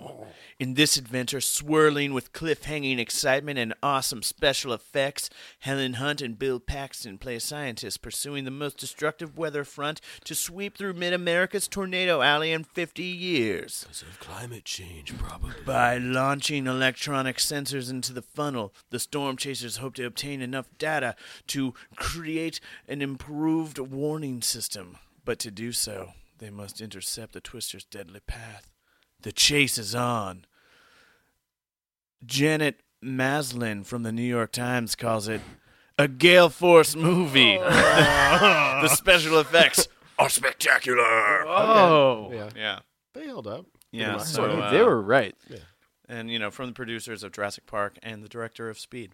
S2: In this adventure, swirling with cliffhanging excitement and awesome special effects, Helen Hunt and Bill Paxton play scientists pursuing the most destructive weather front to sweep through mid America's tornado alley in 50 years.
S3: Of climate change, probably.
S2: By launching electronic sensors into the funnel, the storm chasers hope to obtain enough data to create an improved warning system. But to do so, they must intercept the Twister's deadly path. The chase is on. Janet Maslin from the New York Times calls it a gale force movie. the special effects are spectacular.
S4: Oh,
S3: Yeah.
S2: Yeah.
S3: They held up.
S2: Yeah. uh,
S4: So they were right.
S2: and you know from the producers of Jurassic Park and the director of Speed.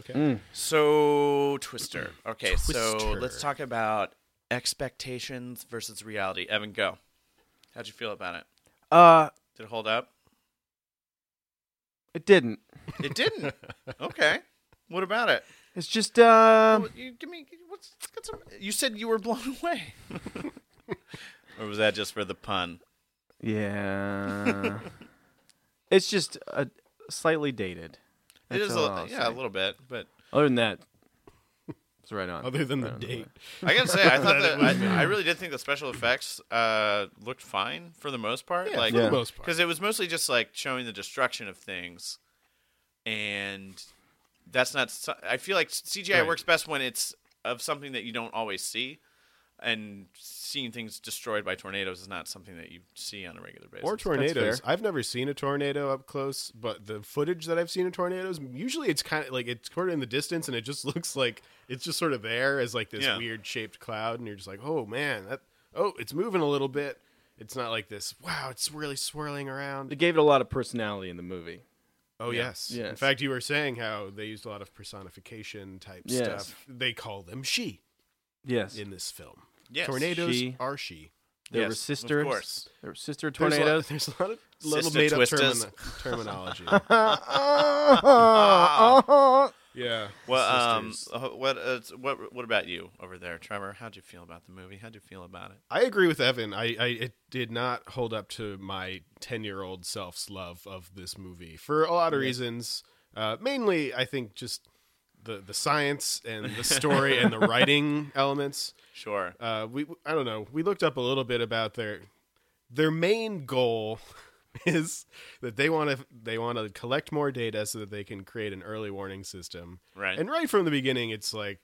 S3: Okay.
S4: Mm.
S2: So Twister. Okay, so
S3: Twister.
S2: let's talk about expectations versus reality. Evan, go. How'd you feel about it?
S4: Uh,
S2: Did it hold up?
S4: it didn't.
S2: It didn't. okay. What about it?
S4: It's just um.
S2: Well, you, give me. What's, what's up? You said you were blown away. or was that just for the pun?
S4: Yeah. it's just uh slightly dated.
S2: It
S4: That's
S2: is.
S4: all
S2: A,
S4: I'll
S2: yeah,
S4: say.
S2: a little bit, but
S4: Other than that, it's right on.
S3: Other than the
S4: Right on.
S3: date.
S2: I gotta say, I thought that I, I really did think the special effects uh, looked fine for the most part.
S3: Yeah,
S2: like,
S3: for
S4: Yeah.
S3: the most part.
S2: because it was mostly just like showing the destruction of things, and that's not. so- I feel like CGI
S3: Right.
S2: works best when it's of something that you don't always see, and seeing things destroyed by tornadoes is not something that you see on a regular basis.
S3: Or tornadoes. I've never seen a tornado up close, but the footage that I've seen of tornadoes, usually it's kind of like it's sort of in the distance and it just looks like it's just sort of there as like this
S2: Yeah.
S3: weird shaped cloud. And you're just like, oh man, that, oh, it's moving a little bit. It's not like this, wow, it's really swirling around.
S4: They gave it a lot of personality in the movie.
S3: Oh, yes. In
S4: Yes.
S3: fact, you were saying how they used a lot of personification type
S4: Yes.
S3: stuff. They call them she
S4: Yes,
S3: in this film.
S2: Yes.
S3: Tornadoes
S4: She.
S3: are she.
S4: there
S2: Yes,
S4: were
S2: of
S4: sisters.
S2: course.
S4: There were sister
S3: There's a lot-
S4: tornadoes.
S3: There's a lot of little
S2: Sister
S3: made up
S2: twisters.
S3: terminology. yeah.
S2: Well, um,
S3: sisters.
S2: uh, what, uh, what, what about you over there, Trevor? How'd you feel about the movie? How'd you feel about it?
S3: I agree with Evan. I, I it did not hold up to my ten year old self's love of this movie for a lot of reasons. Uh, mainly, I think just the the science and the story and the writing elements.
S2: Sure.
S3: Uh, we I don't know. We looked up a little bit about their their main goal is that they want to they want to collect more data so that they can create an early warning system.
S2: Right.
S3: And right from the beginning, it's like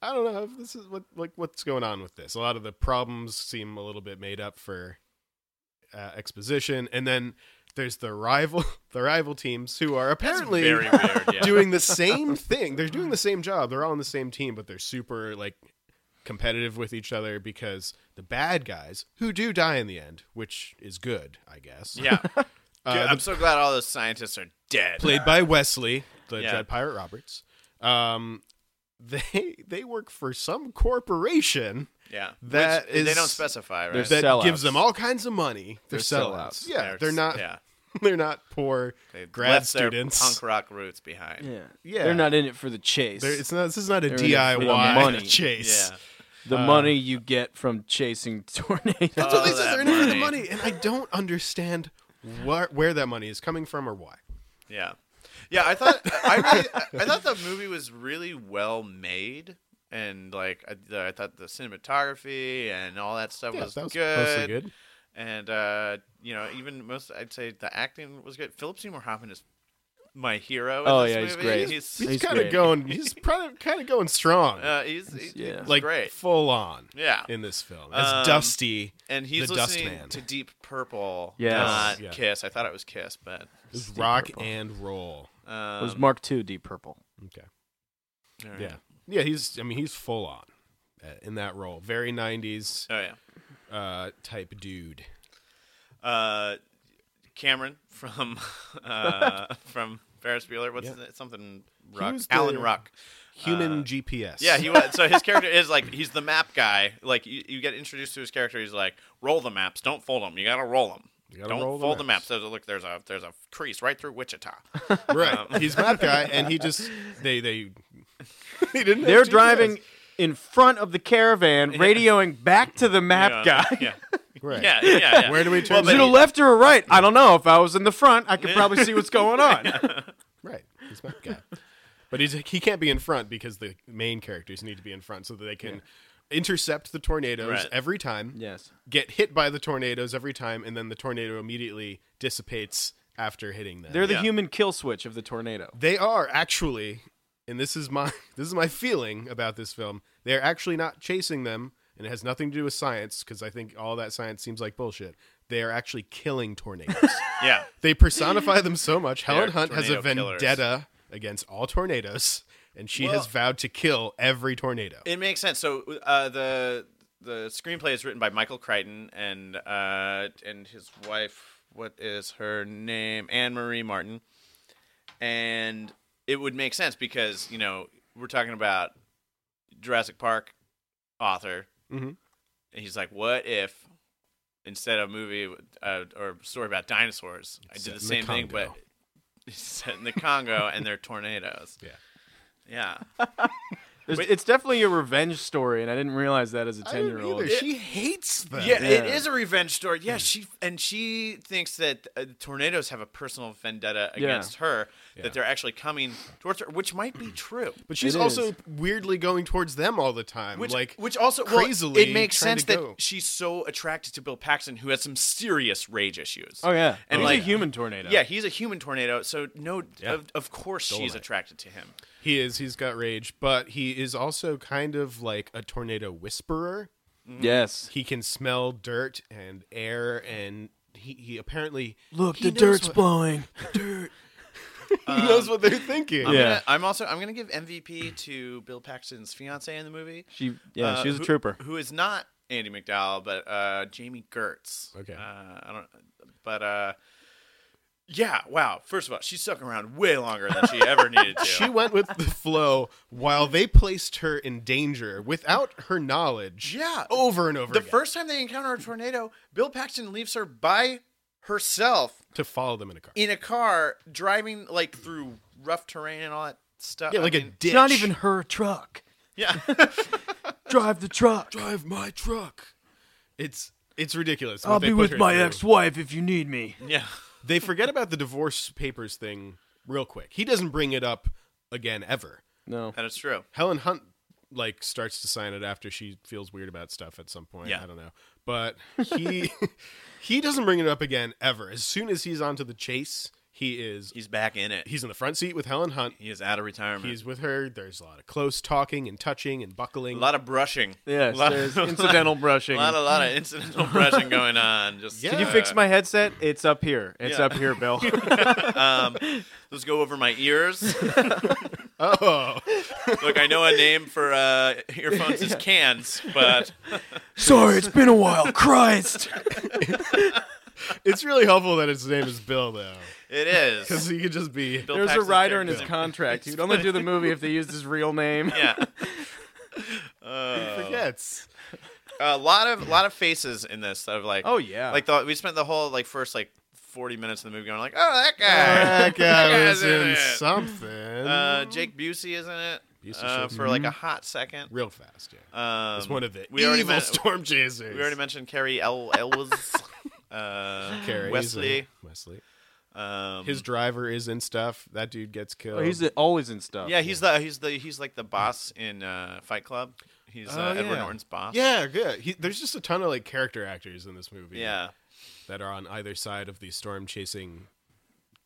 S3: I don't know. if This is what like what's going on with this. A lot of the problems seem a little bit made up for uh, exposition, and then there's the rival the rival teams who are apparently
S2: Very weird. Yeah.
S3: doing the same thing. They're doing the same job. They're all on the same team, but they're super like competitive with each other because the bad guys who do die in the end, which is good, I guess.
S2: yeah.
S3: Uh,
S2: Good.
S3: the-
S2: I'm so glad all those scientists are dead.
S3: played by Wesley, the
S2: Yeah.
S3: Dread Pirate Roberts. Um, they they work for some corporation
S2: Yeah.
S3: That
S2: Which they
S3: is-
S2: don't specify, right?
S4: there's
S3: that
S4: Sellouts.
S3: gives them all kinds of money. They're,
S4: They're
S3: sellouts.
S4: sellouts.
S3: Yeah, they're, not.
S2: Yeah.
S3: They're not poor
S2: They
S3: grad
S2: left
S3: students.
S2: Their punk rock roots behind.
S4: Yeah.
S3: Yeah.
S4: They're not in it for the chase.
S3: They're- it's not. This is not a
S4: They're in it for the
S3: DIY
S4: money.
S3: chase.
S2: Yeah.
S4: the money you get from chasing tornadoes.
S3: That's what they
S2: Oh,
S3: said.
S2: that
S3: They're in it for the
S2: money.
S3: money, and I don't understand where where that money is coming from or why.
S2: Yeah, yeah. I thought I really, I- I thought the movie was really well made, and like I, the, I thought the cinematography and all that stuff was, good. And uh, you know, even most I'd say the acting was good. Philip Seymour Hoffman is my hero. in
S4: Oh,
S2: this
S4: yeah, he's
S2: movie.
S4: great.
S2: He's
S3: He's,
S4: He's
S3: kind of
S4: great.
S3: going. He's kind of going strong,
S2: uh, he's, he's,
S4: yeah.
S2: he's
S3: like
S2: great.
S3: full on
S2: Yeah,
S3: in this film. As
S2: Um,
S3: Dusty,
S2: and he's
S3: the
S2: listening
S3: Dustman.
S2: to Deep Purple,
S4: Yes.
S2: not
S3: Yeah.
S2: Kiss. I thought it was Kiss, but
S3: is
S4: Deep
S3: rock
S4: Purple.
S3: and roll.
S2: um,
S4: it was Mark II Deep Purple.
S3: Okay.
S2: all right.
S3: Yeah. Yeah. He's. I mean, he's full on uh, in that role. Very '90s
S2: Oh yeah.
S3: uh, type dude.
S2: uh, Cameron from uh, from Ferris Bueller. What's
S3: Yeah.
S2: his- something Rock?
S3: was
S2: Alan
S3: the-
S2: Rock.
S3: Human GPS.
S2: Uh, Yeah, he was. So his character is like he's the map guy. Like you, you get introduced to his character, he's like, roll the maps, don't fold them. You gotta roll them.
S3: You gotta
S2: don't
S3: roll the
S2: fold the
S3: maps."
S2: maps. There's a, look, there's a there's a crease right through Wichita.
S3: right.
S2: um,
S3: he's that guy, and he just they they they didn't. have
S4: They're
S3: GPS.
S4: driving in front of the caravan, radioing back to the
S2: yeah,
S4: map guy.
S2: Yeah.
S3: Right.
S2: yeah, yeah, yeah.
S3: Where do we turn?
S4: Is it a left or a right? I don't know. If I was in the front, I could probably see what's going on.
S3: Right, he's map guy. But he's he can't be in front because the main characters need to be in front so that they can intercept the tornadoes
S2: Right.
S3: every time,
S4: yes.
S3: get hit by the tornadoes every time, and then the tornado immediately dissipates after hitting them.
S4: They're the
S2: Yeah.
S4: human kill switch of the tornado.
S3: they are actually, and this is my this is my feeling about this film. They are actually not chasing them, and it has nothing to do with science because I think all that science seems like bullshit. They are actually killing tornadoes.
S2: yeah.
S3: They personify them so much.
S2: are
S3: Helen Hunt has a
S2: tornado killers.
S3: vendetta against all tornadoes, and she
S2: Well-
S3: has vowed to kill every tornado.
S2: It makes sense. So uh, the the screenplay is written by Michael Crichton and uh, and his wife. What is her name? Anne Marie Martin. And it would make sense because you know we're talking about Jurassic Park author.
S3: Mhm.
S2: And he's like, what if instead of a movie uh, or a story about dinosaurs, I
S3: Set
S2: did
S3: in
S2: the
S3: the
S2: same thing, but
S3: Congo.
S2: it's set in the Congo and they're tornadoes.
S3: Yeah.
S2: Yeah.
S4: There's- it's definitely a revenge story, and I didn't realize that as a
S3: I
S4: ten
S3: didn't
S4: year old.
S3: either. She hates them.
S2: Yeah, it
S4: Yeah.
S2: is a revenge story. Yeah, she and she thinks that uh, tornadoes have a personal vendetta
S4: Yeah.
S2: against her. That they're actually coming towards her, which might be true.
S3: but she's
S4: It
S3: also
S4: is.
S3: weirdly going towards them all the time.
S2: Which,
S3: like,
S2: which also well,
S3: crazily
S2: it makes
S3: trying
S2: sense
S3: to
S2: that
S3: go.
S2: she's so attracted to Bill Paxton, who has some serious rage issues.
S4: Oh yeah,
S2: and
S4: he's
S2: like
S4: a human tornado.
S2: yeah, he's a human tornado, so no, of, of course she's
S3: it.
S2: attracted to him.
S3: he is, he's got rage, but he is also kind of like a tornado whisperer.
S2: Mm-hmm.
S4: Yes.
S3: He can smell dirt and air, and he, he apparently
S4: Look,
S3: he knows what-
S4: blowing.
S3: He knows what they're thinking.
S2: I'm,
S4: Yeah.
S2: gonna- I'm also I'm gonna give MVP to Bill Paxton's fiance in the movie.
S4: She yeah,
S2: uh,
S4: she was a
S2: who-
S4: trooper.
S2: Who is not Andy McDowell, but uh, Jamie Gertz.
S3: Okay.
S2: Uh, I don't. But uh, yeah. Wow. First of all, she stuck around way longer than she ever needed to.
S3: She went with the flow while they placed her in danger without her knowledge.
S2: Yeah. Oh,
S3: Over and over
S2: the
S3: again.
S2: first time they encounter a tornado, Bill Paxton leaves her by herself
S3: to follow them in a car.
S2: in a car driving like through rough terrain and all that stuff.
S3: yeah,
S2: I
S3: like a
S2: mean,
S3: ditch.
S4: It's not even her truck.
S2: yeah.
S4: Drive the truck.
S3: drive my truck. It's it's ridiculous. what
S4: I'll
S3: they
S4: be
S3: put
S4: with
S3: her
S4: my
S3: through.
S4: ex-wife if you need me.
S2: yeah.
S3: They forget about the divorce papers thing real quick. He doesn't bring it up again ever.
S4: No.
S2: That is true.
S3: Helen Hunt like starts to sign it after she feels weird about stuff at some point.
S2: Yeah.
S3: I don't know. But he he doesn't bring it up again ever. As soon as he's onto the chase, he is
S2: He's back in it.
S3: he's in the front seat with Helen Hunt.
S2: He is out of retirement.
S3: He's with her. There's a lot of close talking and touching and buckling.
S2: a lot of brushing.
S4: Yes,
S2: Lot-
S4: there's incidental
S2: A
S4: brushing.
S2: lot, a lot of incidental brushing going on. Just uh,
S3: Did
S4: Did you fix my headset? It's up here. It's
S2: Yeah.
S4: up here, Bill.
S2: Um, let's go over my ears.
S3: oh,
S2: Look, I know a name for uh, earphones is cans, but
S4: Sorry, it's been a while. Christ.
S3: it's really helpful that his name is Bill though,
S2: it
S3: because
S2: is.
S3: he could just be.
S2: Bill
S4: There was a
S2: Paxton's
S4: writer in his
S2: character.
S4: contract. He'd only do the movie if they used his real name.
S2: Yeah. Uh,
S3: Forgets.
S2: a lot of lot of faces in this that are like
S4: Oh yeah.
S2: like the, we spent the whole like first like 40 minutes of the movie going like oh that guy
S3: That guy
S2: guy's
S3: was
S2: in
S3: in
S2: it.
S3: something
S2: uh, Jake Busey isn't it
S3: Busey
S2: uh,
S3: shows
S2: for like a
S4: Mm-hmm.
S2: hot second
S3: real fast. Yeah,
S2: um,
S3: it's one of the
S2: we
S3: evil
S2: already men-
S3: storm chasers.
S2: we already mentioned Carrie El Elwes uh,
S3: Carrie,
S2: Wesley
S3: Wesley.
S2: um,
S3: His driver is in stuff. That dude gets killed.
S4: Oh, he's always in stuff.
S2: yeah he's the he's the he's like the boss in uh, Fight Club he's uh,
S3: Oh,
S2: Edward
S3: yeah.
S2: Norton's boss
S3: yeah, good. He, there's just a ton of like character actors in this movie.
S2: yeah
S3: that are on either side of the storm chasing.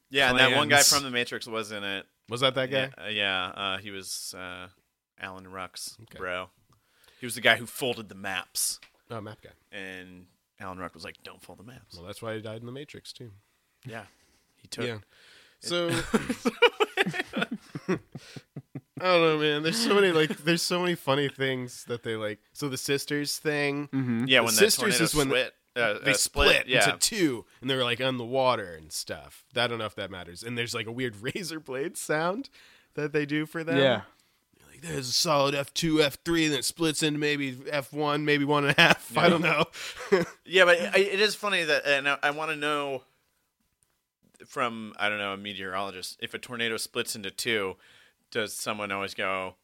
S2: yeah and that one guy
S3: Plans.
S2: from The Matrix was in it
S3: Was that that guy?
S2: Yeah, uh, yeah. Uh, he was uh, Alan Ruck's
S3: Okay.
S2: bro. He was the guy who folded the maps,
S3: Oh, map guy.
S2: and Alan Ruck was like, "Don't fold the maps."
S3: Well, that's why he died in the Matrix too.
S2: Yeah, he took.
S3: Yeah. So I don't know, man. There's so many like there's so many funny things that they like. So the sisters thing,
S2: Yeah, when
S3: The
S2: the,
S3: sisters
S2: tornado
S3: is when
S2: split, Mm-hmm. uh,
S3: they
S2: uh,
S3: split,
S2: Yeah,
S3: into two, and they were like on the water and stuff. I don't know if that matters. And there's like a weird razor blade sound that they do for them.
S4: Yeah.
S3: Like, there's a solid F two, F three, and then it splits into maybe F one, maybe one and a half. I don't know.
S2: yeah, but I, it is funny that, and I, I want to know from I don't know a meteorologist if a tornado splits into two, does someone always go,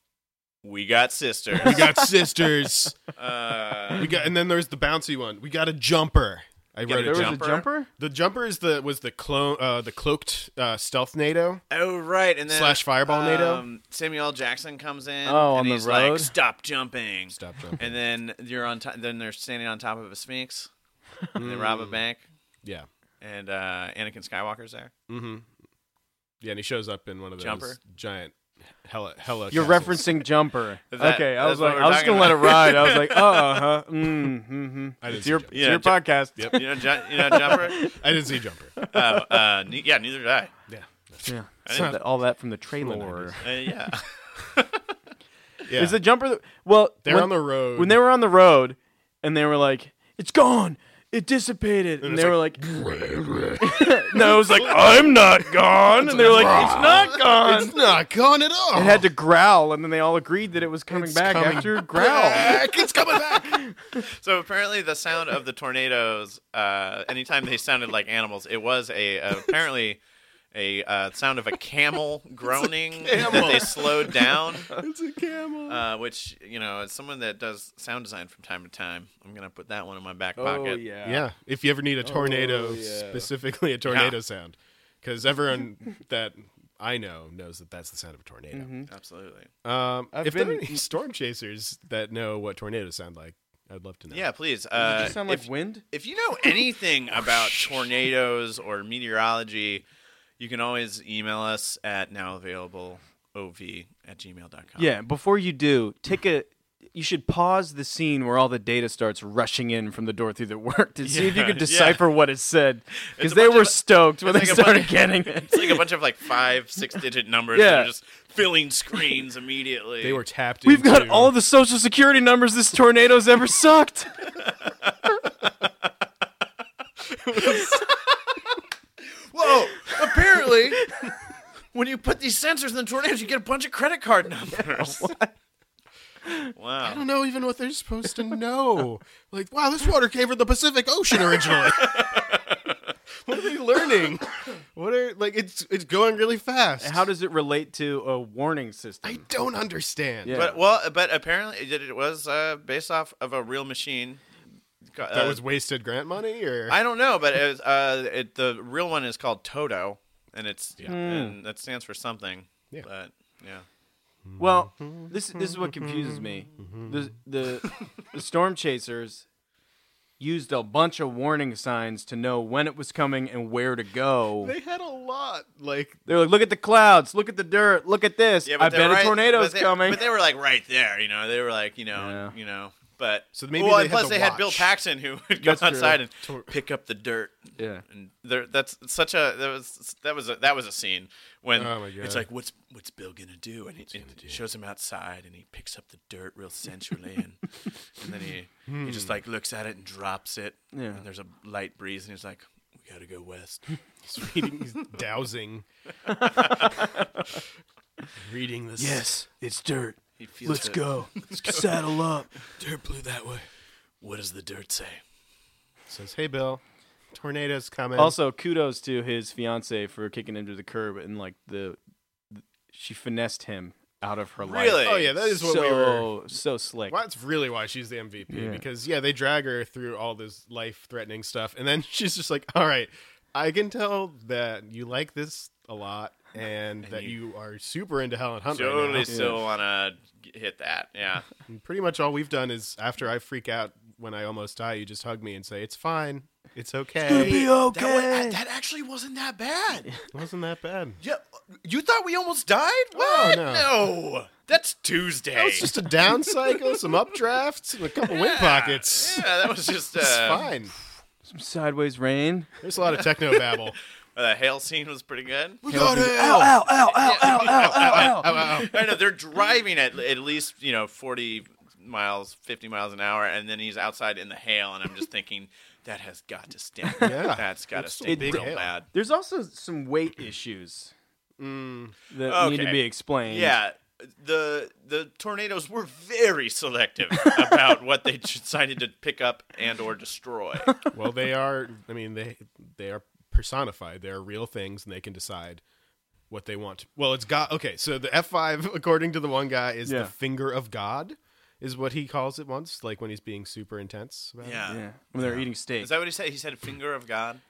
S2: "We got sisters"?
S3: we got sisters.
S2: uh,
S3: We got, and then there's the bouncy one. We got a jumper. I
S2: got
S3: wrote
S2: a
S3: it
S4: There was
S3: down.
S2: jumper?
S4: a jumper.
S3: The jumper is the was the clone uh, the cloaked uh, stealth NATO.
S2: oh right, and then
S3: Slash fireball NATO?
S2: um, Samuel L. Jackson comes in.
S4: Oh,
S2: and
S4: on the
S2: he's
S4: road?
S2: Like, Stop jumping.
S3: Stop jumping.
S2: and then you're on top. Then they're standing on top of a sphinx. and they
S3: Hmm.
S2: rob a bank,
S3: yeah.
S2: and uh, Anakin Skywalker's there.
S3: Mm-hmm. Yeah, and he shows up in one of those
S2: Jumper?
S3: giant hella hella.
S4: You're
S3: castles.
S4: referencing jumper.
S2: That-
S4: okay, I
S2: that's
S4: was
S2: what
S4: like,
S2: we're
S4: I was just
S2: talking
S4: gonna let it
S2: about.
S4: ride. I was like, uh huh, mm hmm.
S3: I didn't
S4: It's
S3: see
S4: your,
S3: jumper.
S4: it's
S2: Yeah,
S4: your
S2: ju-
S4: podcast.
S3: Yep.
S2: You know, ju- you know, jumper.
S3: I didn't see jumper.
S2: uh, uh, ne- yeah, neither did I.
S3: Yeah.
S4: Yeah.
S2: I
S4: So that- all that from the trailer.
S3: 90s.
S2: Uh, yeah,
S3: Yeah.
S4: Is the jumper? The, well,
S3: They're
S4: when-
S3: on the road.
S4: when they were on the road, and they were like, "It's gone." It dissipated, and,
S3: it's
S4: they were like, "No, it was like I'm not gone," and they were like, "It's not gone."
S3: it's not gone at all.
S4: It had to growl, and then they all agreed that it was coming
S3: It's
S4: back
S3: coming
S4: after growl.
S3: It's coming back.
S2: so apparently the sound of the tornadoes, uh, anytime they sounded like animals, it was a apparently a uh, sound of a camel groaning that they slowed down.
S3: it's a camel.
S2: Uh, which you know, as someone that does sound design from time to time, I'm gonna put that one in my back
S4: Oh,
S2: pocket.
S3: Yeah, if you ever need a tornado,
S4: yeah.
S3: specifically a
S2: Oh,
S3: tornado
S2: Yeah.
S3: sound, because everyone that I know knows that that's the sound of a tornado.
S2: Mm-hmm. Absolutely.
S3: Um,
S4: I've
S3: if there
S4: been-
S3: are any storm chasers that know what tornadoes sound like, I'd love to know.
S2: Yeah, please.
S4: Does it
S2: Uh,
S4: just sound
S2: if-
S4: like wind.
S2: If you know anything about tornadoes or meteorology, you can always email us at nowavailableov at gmail.com.
S4: Yeah, before you do, take a. You should pause the scene where all the data starts rushing in from the door through the work to see if you
S2: Yeah,
S4: could
S2: yeah.
S4: decipher what it said, because
S2: a
S4: they
S2: bunch
S4: were
S2: of-
S4: stoked when they
S2: it's like a
S4: started
S2: bunch-
S4: getting it.
S2: It's like a bunch of like five, six digit numbers
S4: Yeah.
S2: that are just filling screens immediately.
S3: they were tapped.
S4: We've got
S3: into-
S4: all the social security numbers this tornado's ever sucked.
S2: Whoa! Apparently, when you put these sensors in the tornadoes, you get a bunch of credit card numbers.
S3: I
S2: wow.
S3: don't know even what they're supposed to know. like, wow, this water came from the Pacific Ocean originally. what are they learning? What are like? It's it's going really fast.
S4: How does it relate to a warning system?
S3: I don't understand?
S4: Yeah.
S2: But well, but apparently it, it was uh, based off of a real machine.
S3: That
S2: Uh,
S3: was wasted grant money, or
S2: I don't know, but it was, uh, it, the real one Hmm. is called Toto, and it's and that stands for something.
S3: Yeah.
S2: But yeah,
S4: Well,
S3: Mm-hmm.
S4: this this is what confuses me. The the, the storm chasers used a bunch of warning signs to know when it was coming and where to go.
S3: They had a lot. Like
S4: They were like, "Look at the clouds! Look at the dirt! Look at this! I
S2: they were
S4: bet a
S2: right-
S4: tornado's
S2: but they-
S4: coming."
S2: But they were like right there, you know. They were like, you know,
S4: Yeah.
S2: you know. But
S3: So maybe
S2: well,
S3: they
S2: and
S3: had
S2: plus
S3: to
S2: they had Bill
S3: watch.
S2: Paxton who would go
S4: That's true.
S2: outside and
S3: Tor-
S2: pick up the dirt.
S4: yeah,
S2: And there, that's such a that was that was a, that was a scene when
S3: Oh my God.
S2: it's like what's what's Bill gonna do? And he and it shows him outside and he picks up the dirt real sensually and and then he he just like looks at it and drops it.
S4: Hmm. Yeah.
S2: And there's a light breeze and he's like, we gotta go west.
S3: he's reading, he's dowsing, reading this.
S4: yes, it's dirt.
S2: He feels the-
S4: Saddle up.
S2: Dirt blew that way. What does the dirt say?
S3: says, "Hey, Bill, tornadoes coming."
S4: Also, kudos to his fiance for kicking him to the curb and like the, she finessed him out of her life.
S2: Really?
S3: oh yeah, that is what
S4: so
S3: we were.
S4: so slick.
S3: Well, that's really why she's the MVP because yeah, they drag her through all this life-threatening stuff, and then she's just like, "All right, I can tell that you like this a lot, and, that you, are super into Helen Hunt." right
S2: Totally
S3: now.
S2: still wanna g- hit that. Yeah.
S3: And pretty much all we've done is after I freak out when I almost die, you just hug me and say, "It's fine, it's okay."
S2: okay. That, actually wasn't that bad.
S3: It wasn't that bad.
S2: Yeah, you thought we almost died?
S3: Oh,
S2: What?
S3: no.
S2: no. That's Tuesday.
S3: That was just a down cycle, some updrafts, and a couple wind pockets.
S2: Yeah, that was just
S3: It's
S2: uh,
S3: fine.
S4: Some sideways rain.
S3: There's a lot of techno babble.
S2: The oh, hail scene was pretty good.
S4: Ow! Ow! Ow! Ow! Ow! Ow! Ow!
S2: I know they're driving at at least you know forty miles, fifty miles an hour, and then he's outside in the hail, and I'm just thinking that has got to stink.
S3: Yeah.
S2: that's got to
S3: It's a
S2: stink
S3: big
S2: real
S3: hail.
S2: bad.
S4: There's also some weight issues
S3: Mm.
S4: that need to
S2: Okay.
S4: be explained.
S2: Yeah. The the tornadoes were very selective about what they decided to pick up and or destroy.
S3: well, they are. I mean, they they are personified. They are real things, and they can decide what they want. Well, it's God. Okay, so the F five, according to the one guy, is
S4: Yeah.
S3: the finger of God, is what he calls it once, like when he's being super intense. About it.
S2: Yeah.
S4: Yeah. When they're eating steak.
S2: Is that what he said? He said finger of God.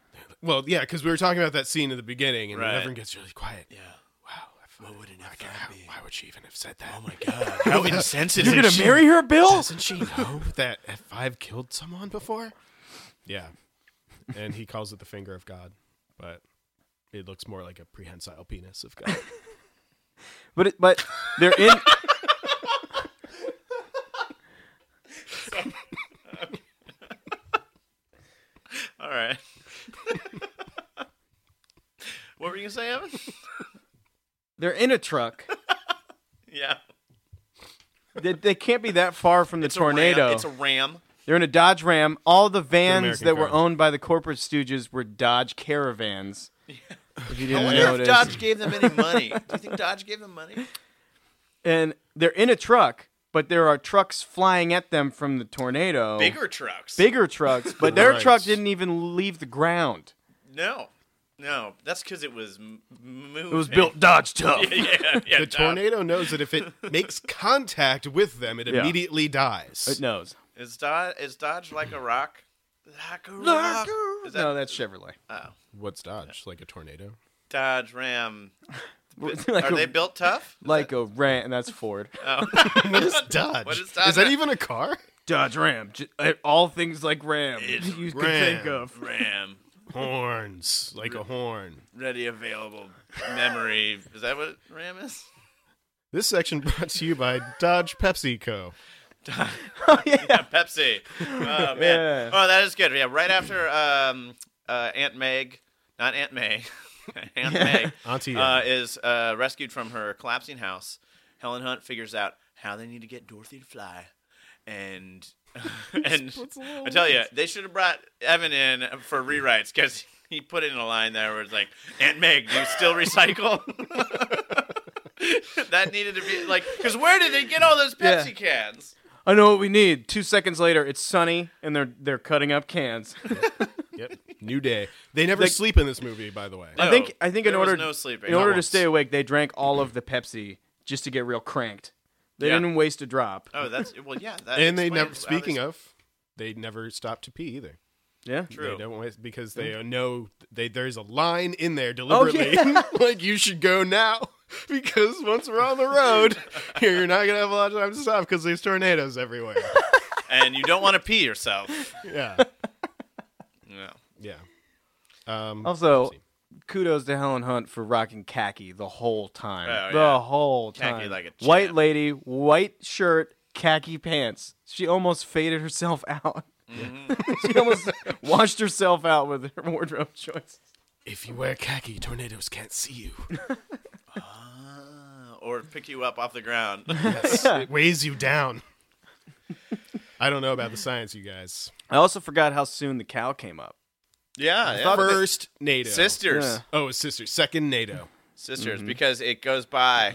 S3: Well, yeah, because we were talking about that scene at the beginning, and
S2: Right.
S3: everyone gets really quiet.
S2: Yeah.
S3: Wow, F5,
S2: would an
S3: like,
S2: F5
S3: how-
S2: be?
S3: Why would she even have said that?
S2: Oh my god. How insensitive.
S4: You're gonna marry her, Bill?
S3: Doesn't she know that F five killed someone before? Yeah, and he calls it the finger of God, but it looks more like a prehensile penis of God.
S4: But it, but they're in.
S2: All right. what were you gonna say, Evan?
S4: They're in a truck.
S2: Yeah.
S4: They, they can't be that far from the
S2: It's a ram-
S4: tornado.
S2: It's a ram.
S4: They're in a Dodge Ram. All the vans
S3: American
S4: that were
S3: car.
S4: owned by the corporate stooges were Dodge Caravans. If you
S2: I
S4: didn't
S2: wonder
S4: notice. Oh.
S2: if Dodge gave them any money. Do you think Dodge gave them money?
S4: And they're in a truck, but there are trucks flying at them from the tornado.
S2: Bigger trucks.
S4: Bigger trucks, but their
S3: Right.
S4: truck didn't even leave the ground.
S2: No. No. That's because it was m- moving.
S4: It was built Dodge tough.
S2: yeah, yeah, yeah,
S3: The
S2: Dodge.
S3: tornado knows that if it makes contact with them, it
S4: Yeah.
S3: immediately dies.
S2: Uh,
S4: It knows.
S2: Is Dodge is Dodge like a rock? Like a rock. Is that Uh,
S4: no, that's Chevrolet.
S3: What's Dodge? Like a tornado?
S2: Dodge Ram?
S4: like,
S2: Are
S4: a,
S2: they built Uh, tough?
S4: like a Ram, and that's Ford.
S3: What is Dodge?
S2: What is Dodge?
S3: that even a car?
S4: Dodge Ram. J- uh, All things like Ram
S2: It's
S4: you could
S3: Ram.
S4: think of.
S2: Ram.
S3: Horns, like a horn.
S2: Ready, available, memory. Is that what Ram is?
S3: This section brought to you by Dodge PepsiCo.
S2: Yeah, Pepsi. Oh man.
S4: Oh, Yeah.
S2: Oh, that is good. Yeah, right after um, uh, Aunt Meg, not Aunt May, Aunt Meg
S3: Auntie
S2: uh,
S3: Anne.
S2: is uh, rescued from her collapsing house. Helen Hunt figures out how they need to get Dorothy to fly, and and I tell you, they should have brought Evan in for rewrites because he put in a line there where it's like, Aunt Meg, do you still recycle? that needed to be like, because where did they get all those
S4: Yeah.
S2: Pepsi cans?
S4: I know what we need. Two seconds later, it's sunny, and they're they're cutting up cans.
S3: Yep. New day. They never sleep in this movie, by the way.
S4: I
S2: No,
S4: think I think in
S2: there was
S4: order
S2: no sleeping.
S4: in
S2: Not
S4: order
S2: once.
S4: to stay awake, they drank all of the Pepsi just to get real cranked. They
S2: Yeah.
S4: didn't waste a drop.
S2: Oh, that's well, yeah. That
S3: and they never.
S2: explains how they
S3: Speaking
S2: s-
S3: of, they never stop to pee either.
S4: Yeah,
S2: True.
S3: They don't waste Oh, because they know they there's a line in there deliberately. like you should go now. because once we're on the road, you're not gonna have a lot of time to stop because there's tornadoes everywhere.
S2: and you don't want to pee yourself.
S3: Yeah,
S2: No.
S3: yeah. Um,
S4: Also,
S3: let's see.
S4: kudos to Helen Hunt for rocking khaki the whole time.
S2: Oh,
S4: the
S2: yeah.
S4: whole time.
S2: Khaki like a
S4: white
S2: champ.
S4: lady, white shirt, khaki pants. She almost faded herself out. she almost washed herself out with her wardrobe choice.
S3: if you wear khaki, tornadoes can't see you.
S2: Or pick you up off the ground.
S3: It weighs you down. I don't know about the science, you guys.
S4: I also forgot how soon the cow came up.
S2: yeah. yeah.
S3: First NATO,
S2: Sisters.
S4: Yeah.
S3: Oh, his sister. Second NATO.
S2: Sisters.
S3: Mm-hmm.
S2: Because it goes by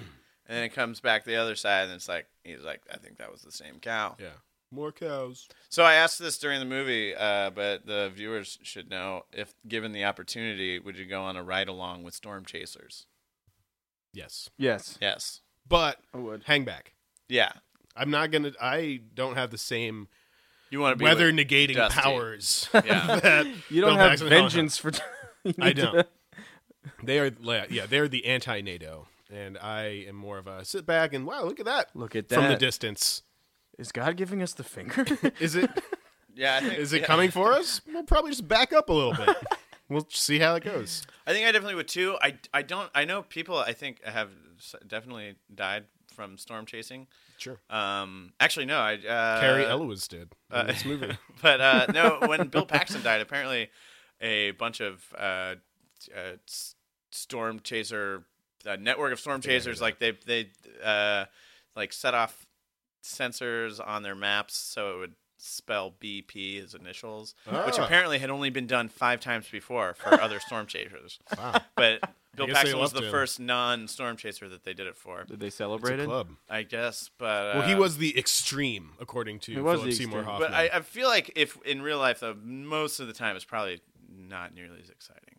S2: and then it comes back the other side and it's like, he's like, I think that was the same cow.
S3: Yeah. More cows.
S2: So I asked this during the movie, uh, but the viewers should know if given the opportunity, would you go on a ride along with storm chasers?
S3: Yes,
S4: Yes.
S2: Yes.
S3: but
S4: I would.
S3: hang back.
S2: Yeah.
S3: I'm not gonna. I don't have the same
S2: You want to be
S3: weather
S2: with
S3: negating
S2: Dusty.
S3: powers.
S2: Yeah.
S3: that
S4: You don't
S3: Bill
S4: have
S3: Paxton- no, no.
S4: vengeance for. You
S3: I
S4: need to-
S3: don't. They are, la- yeah, they're the anti-NATO, and I am more of a sit back and wow, look at that
S4: Look at
S3: from the
S4: that.
S3: distance.
S4: Is God giving us the finger?
S3: Is it
S2: Yeah. I think,
S3: is it
S2: yeah.
S3: coming for us? We'll probably just back up a little bit. We'll see how it goes.
S2: I think I definitely would too. I, I don't. I know people. I think have s- definitely died from storm chasing.
S3: Sure.
S2: Um. Actually, no. I uh,
S3: Carrie Elwes did in this movie.
S2: But uh, no, when Bill Paxton died, apparently a bunch of uh, uh, s- storm chaser, a network of storm chasers, like they they uh, like set off sensors on their maps so it would spell BP his initials, which
S3: Ah.
S2: apparently had only been done five times before for other storm chasers.
S3: Wow,
S2: But Bill
S3: guess they
S2: Paxton was
S3: loved
S2: the
S3: him.
S2: first non-storm chaser that they did it for,
S4: Did they
S3: it's
S4: celebrate
S3: a
S4: it?
S3: club.
S2: I guess. But uh,
S3: Well, he was the extreme, according to
S4: He was
S3: Philip
S4: the
S3: Seymour
S4: extreme.
S3: Hoffman.
S2: But I, I feel like if in real life, though, most of the time it's probably not nearly as exciting.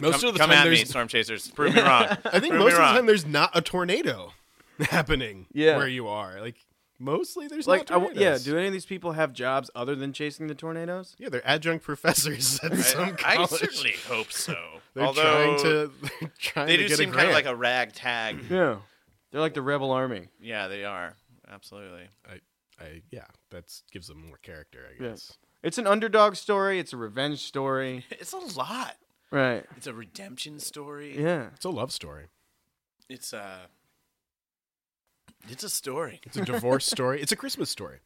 S3: most
S2: come
S3: of the
S2: come
S3: time,
S2: at me,
S3: there's,
S2: storm chasers. Prove me wrong.
S3: I think
S2: Prove me
S3: most of the
S2: wrong.
S3: time there's not a tornado happening
S4: Yeah.
S3: where you are. Like mostly there's
S4: Like, I
S3: not
S4: w- yeah.
S3: tornadoes.
S4: Do any of these people have jobs other than chasing the tornadoes?
S3: Yeah, they're adjunct professors at some
S2: I, I
S3: college.
S2: certainly hope so.
S3: They're
S2: Although
S3: trying to, they're trying
S2: they
S3: to
S2: do
S3: get
S2: seem
S3: a
S2: kind
S3: grant.
S2: of like a ragtag.
S4: Yeah. They're like the rebel army.
S2: yeah, they are absolutely.
S3: I- yeah, that gives them more character, I guess.
S4: It's an underdog story. It's a revenge story.
S2: It's a lot.
S4: Right.
S2: It's a redemption story.
S4: Yeah.
S3: It's a love story.
S2: It's a. It's a story.
S3: It's a divorce story. It's a Christmas story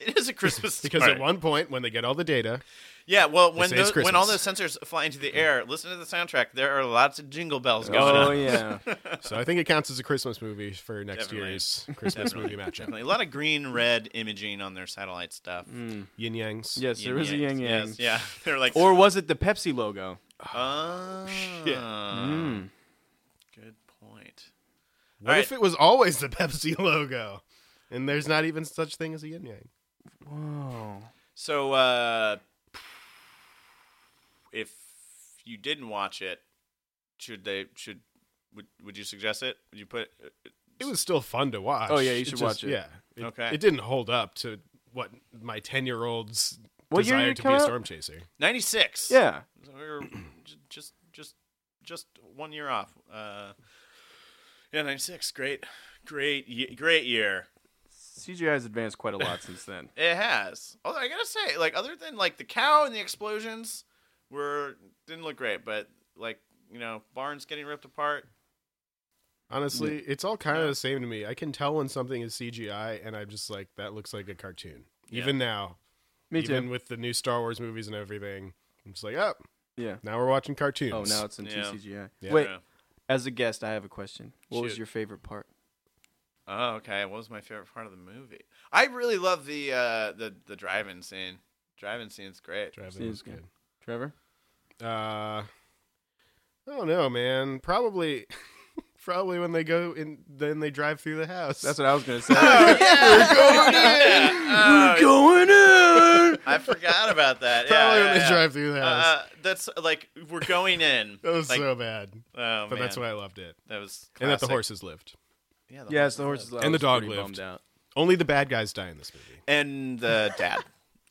S2: It is a Christmas story.
S3: because at one point when they get all the data,
S2: yeah, well, when
S3: say it's
S2: those, when all those
S3: Christmas.
S2: sensors fly into the air, listen to the soundtrack. There are lots of jingle bells going on.
S4: Oh yeah.
S3: so I think it counts as a Christmas movie for next
S2: Definitely.
S3: year's Christmas
S2: Definitely.
S3: movie matchup.
S2: Definitely. A lot of green red imaging on their satellite stuff.
S3: Yin Yangs.
S4: Yes, Mm, there was a yin yang.
S2: Yes, yeah. They're like,
S4: Or was it the Pepsi logo?
S2: oh,
S3: shit.
S4: Mm. Hmm.
S2: Good point.
S3: What
S2: All
S3: if it was always the Pepsi logo? And there's not even such thing as a yin yang.
S4: Hmm. Whoa.
S2: So, uh, if you didn't watch it, should they, should, would, would you suggest it? Would you put, uh,
S3: It was still fun to watch.
S4: Oh, yeah, you should watch it.
S3: Yeah. It,
S2: Okay.
S3: It didn't hold up to what my 10 year old's
S4: What year
S3: desire
S4: did it
S3: to
S4: come
S3: be a
S4: out?
S3: storm chaser.
S2: 96.
S4: Yeah.
S2: So we were ju- just, just, just one year off. Uh, yeah, 96. Great, great, ye- great year.
S4: CGI has advanced quite a lot since then.
S2: It has. Although I gotta say, like other than like the cow and the explosions were didn't look great, but like you know barns getting ripped apart.
S3: Honestly, it's all kind
S2: Yeah.
S3: of the same to me. I can tell when something is CGI, and I'm just like, that looks like a cartoon.
S2: Yeah.
S3: Even now,
S4: Me
S3: even
S4: too.
S3: with the new Star Wars movies and everything, I'm just like, oh,
S4: yeah.
S3: now we're watching cartoons.
S4: Oh, now it's in
S2: Yeah.
S4: CGI.
S3: Yeah.
S4: Wait,
S2: Yeah.
S4: as a guest, I have a question. What was
S2: Shoot.
S4: your favorite part?
S2: Oh, okay. What was my favorite part of the movie? I really love the uh the the driving scene. Driving scene's great.
S3: Driving
S4: Seems
S3: is good.
S4: Trevor?
S3: Uh, I don't know, man. Probably, probably when they go in, then they drive through the house.
S4: That's what I was going to say.
S2: Yeah. Oh,
S4: Going in!
S2: I forgot about that. Yeah,
S3: probably
S2: yeah,
S3: when they
S2: yeah.
S3: drive through the
S2: Uh,
S3: house.
S2: uh, that's like we're going in.
S3: that was
S2: like,
S3: so bad,
S2: oh,
S3: but that's
S2: man.
S3: why I loved it.
S2: that was. Classic.
S3: And that the horses lived.
S2: Yeah.
S4: Yes, the horses
S3: And the dog lived.
S4: bummed out.
S3: Only the bad guys die in this movie.
S2: And the dad.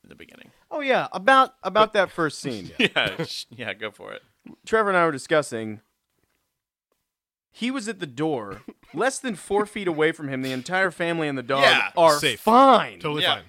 S2: in the beginning.
S4: Oh yeah, about about that first scene.
S2: Yeah. sh- yeah. Go for it.
S4: Trevor and I were discussing He was at the door, less than four feet away from him. The entire family and the dog
S2: Yeah,
S4: are
S3: safe.
S4: fine.
S3: Totally
S2: Yeah.
S3: fine.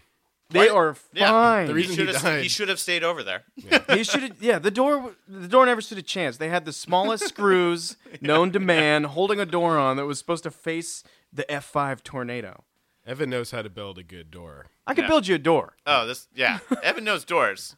S4: They are
S2: Yeah.
S4: fine.
S3: The
S2: He
S3: reason he
S2: should have
S3: died.
S2: he should have stayed over there.
S4: They should have. Yeah, the door. The door never stood a chance. They had the smallest screws known to man, holding a door on that was supposed to face the F5 tornado.
S3: Evan knows how to build a good door.
S4: I could
S2: Yeah.
S4: build you a door.
S3: Uh.
S2: Oh, this yeah. Evan knows doors.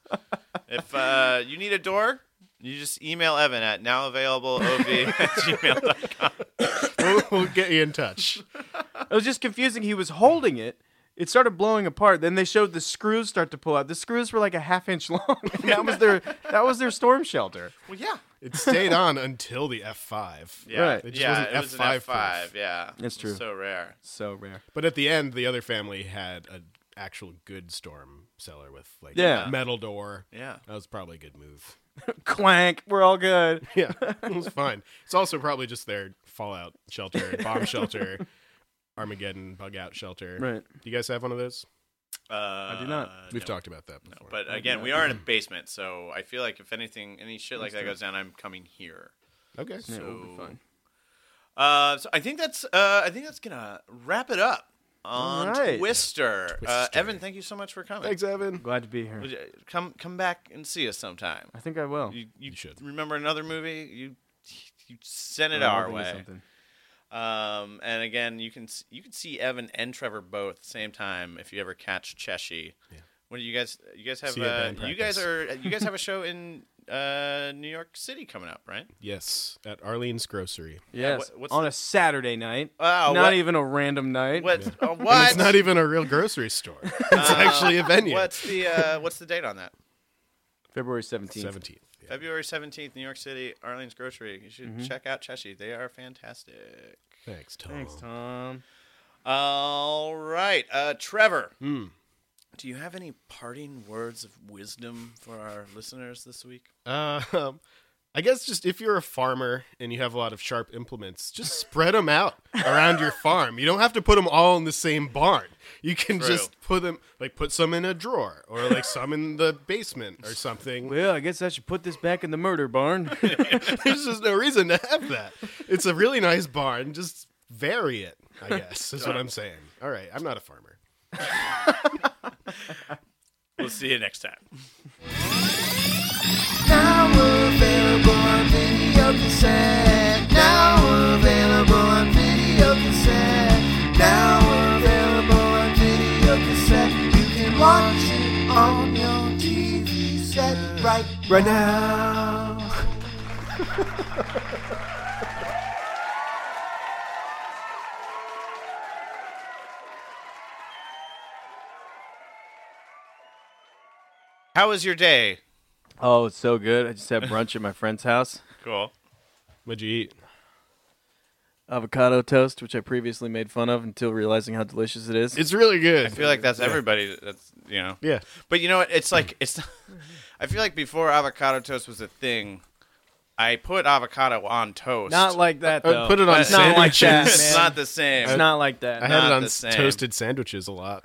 S2: If uh, you need a door, you just email Evan at nowavailableov at gmail.
S3: we'll, we'll get you in touch.
S4: It was just confusing. He was holding it. It started blowing apart. Then they showed the screws start to pull out. The screws were like a half inch long. And that was their that was their storm shelter.
S2: Well, yeah,
S3: It stayed on until the F5.
S2: yeah,
S4: Right.
S2: It
S4: It
S3: just
S2: yeah.
S3: wasn't
S2: It was an F
S3: F5 proof.
S2: five. Yeah,
S4: That's true.
S2: So rare.
S4: So rare.
S3: But at the end, the other family had an actual good storm cellar with like
S4: Yeah.
S3: metal door.
S2: Yeah.
S3: That was probably a good move.
S4: Clank. We're all good.
S3: Yeah, it was fine. It's also probably just their fallout shelter, bomb shelter, Armageddon bug out shelter.
S4: Right.
S3: Do you guys have one of those?
S2: Uh, I
S4: do not.
S3: We've talked about that before.
S2: But again, we are in a basement, so I feel like if anything, any shit like that goes down, I'm coming here.
S3: okay.
S4: Yeah, we'll
S2: So-
S4: be fine.
S2: Uh, so I think that's uh, I think that's gonna wrap it up on
S4: All right.
S2: Twister. Uh, Evan, thank you so much for coming.
S3: Thanks, Evan.
S4: Glad to be here.
S2: Would you- Come come back and see us sometime.
S4: I think I will.
S2: You, you,
S3: You should.
S2: remember another movie? You you send it
S4: I'll
S2: our
S4: think of
S2: way.
S4: something.
S2: Um, and again, you can s- you can see Evan and Trevor both same time if you ever catch Cheshire. Yeah. What do you guys you guys have?
S3: See you at
S2: Uh,
S3: band
S2: you guys
S3: practice.
S2: are you guys have a show in uh, New York City coming up, right?
S3: Yes, at Arlene's Grocery.
S4: Yes.
S2: what- what's
S4: on
S2: the-
S4: a Saturday night.
S2: Wow,
S4: not
S2: what-
S4: even a random night.
S2: What uh,
S3: And
S2: what? Ah,
S3: it's not even a real grocery store. It's actually a venue.
S2: What's the uh, what's the date on that?
S4: February 17th.
S3: Seventeenth. Yeah.
S2: February seventeenth, New York City, Arlene's Grocery. You should
S4: Mm-hmm.
S2: check out Cheshire. They are fantastic.
S3: Thanks, Tom.
S4: Thanks, Tom.
S2: All right, uh, Trevor.
S4: Hmm.
S2: Do you have any parting words of wisdom for our listeners this week?
S3: Uh, um, I guess just if you're a farmer and you have a lot of sharp implements, just spread them out around your farm. You don't have to put them all in the same barn. You can
S2: True.
S3: just put them like put some in a drawer or like some in the basement or something.
S4: Well, I guess I should put this back in the murder barn.
S3: There's just no reason to have that. It's a really nice barn. Just vary it. I guess is what I'm saying. All right, I'm not a farmer.
S2: We'll see you next time.
S1: Now available on video cassette. Now available on video cassette. Now available on video cassette. You can watch it on your TV set right, right now.
S2: How was your day?
S4: oh, it's so good. I just had brunch at my friend's house.
S2: Cool.
S3: What'd you eat?
S4: Avocado toast, which I previously made fun of until realizing how delicious it is.
S3: It's really good.
S2: I feel like that's everybody. That's you know.
S3: yeah.
S2: But you know what? It's like it's. I feel like before avocado toast was a thing, I put avocado on toast.
S4: not like that,
S3: Uh,
S4: though.
S3: put it on
S4: It's not like that,
S3: sandwiches.
S2: it's
S4: man.
S2: not the same.
S4: It's not like
S3: I
S4: that.
S3: had
S2: Not
S3: it on
S2: the
S3: s-
S2: same.
S3: toasted sandwiches a lot.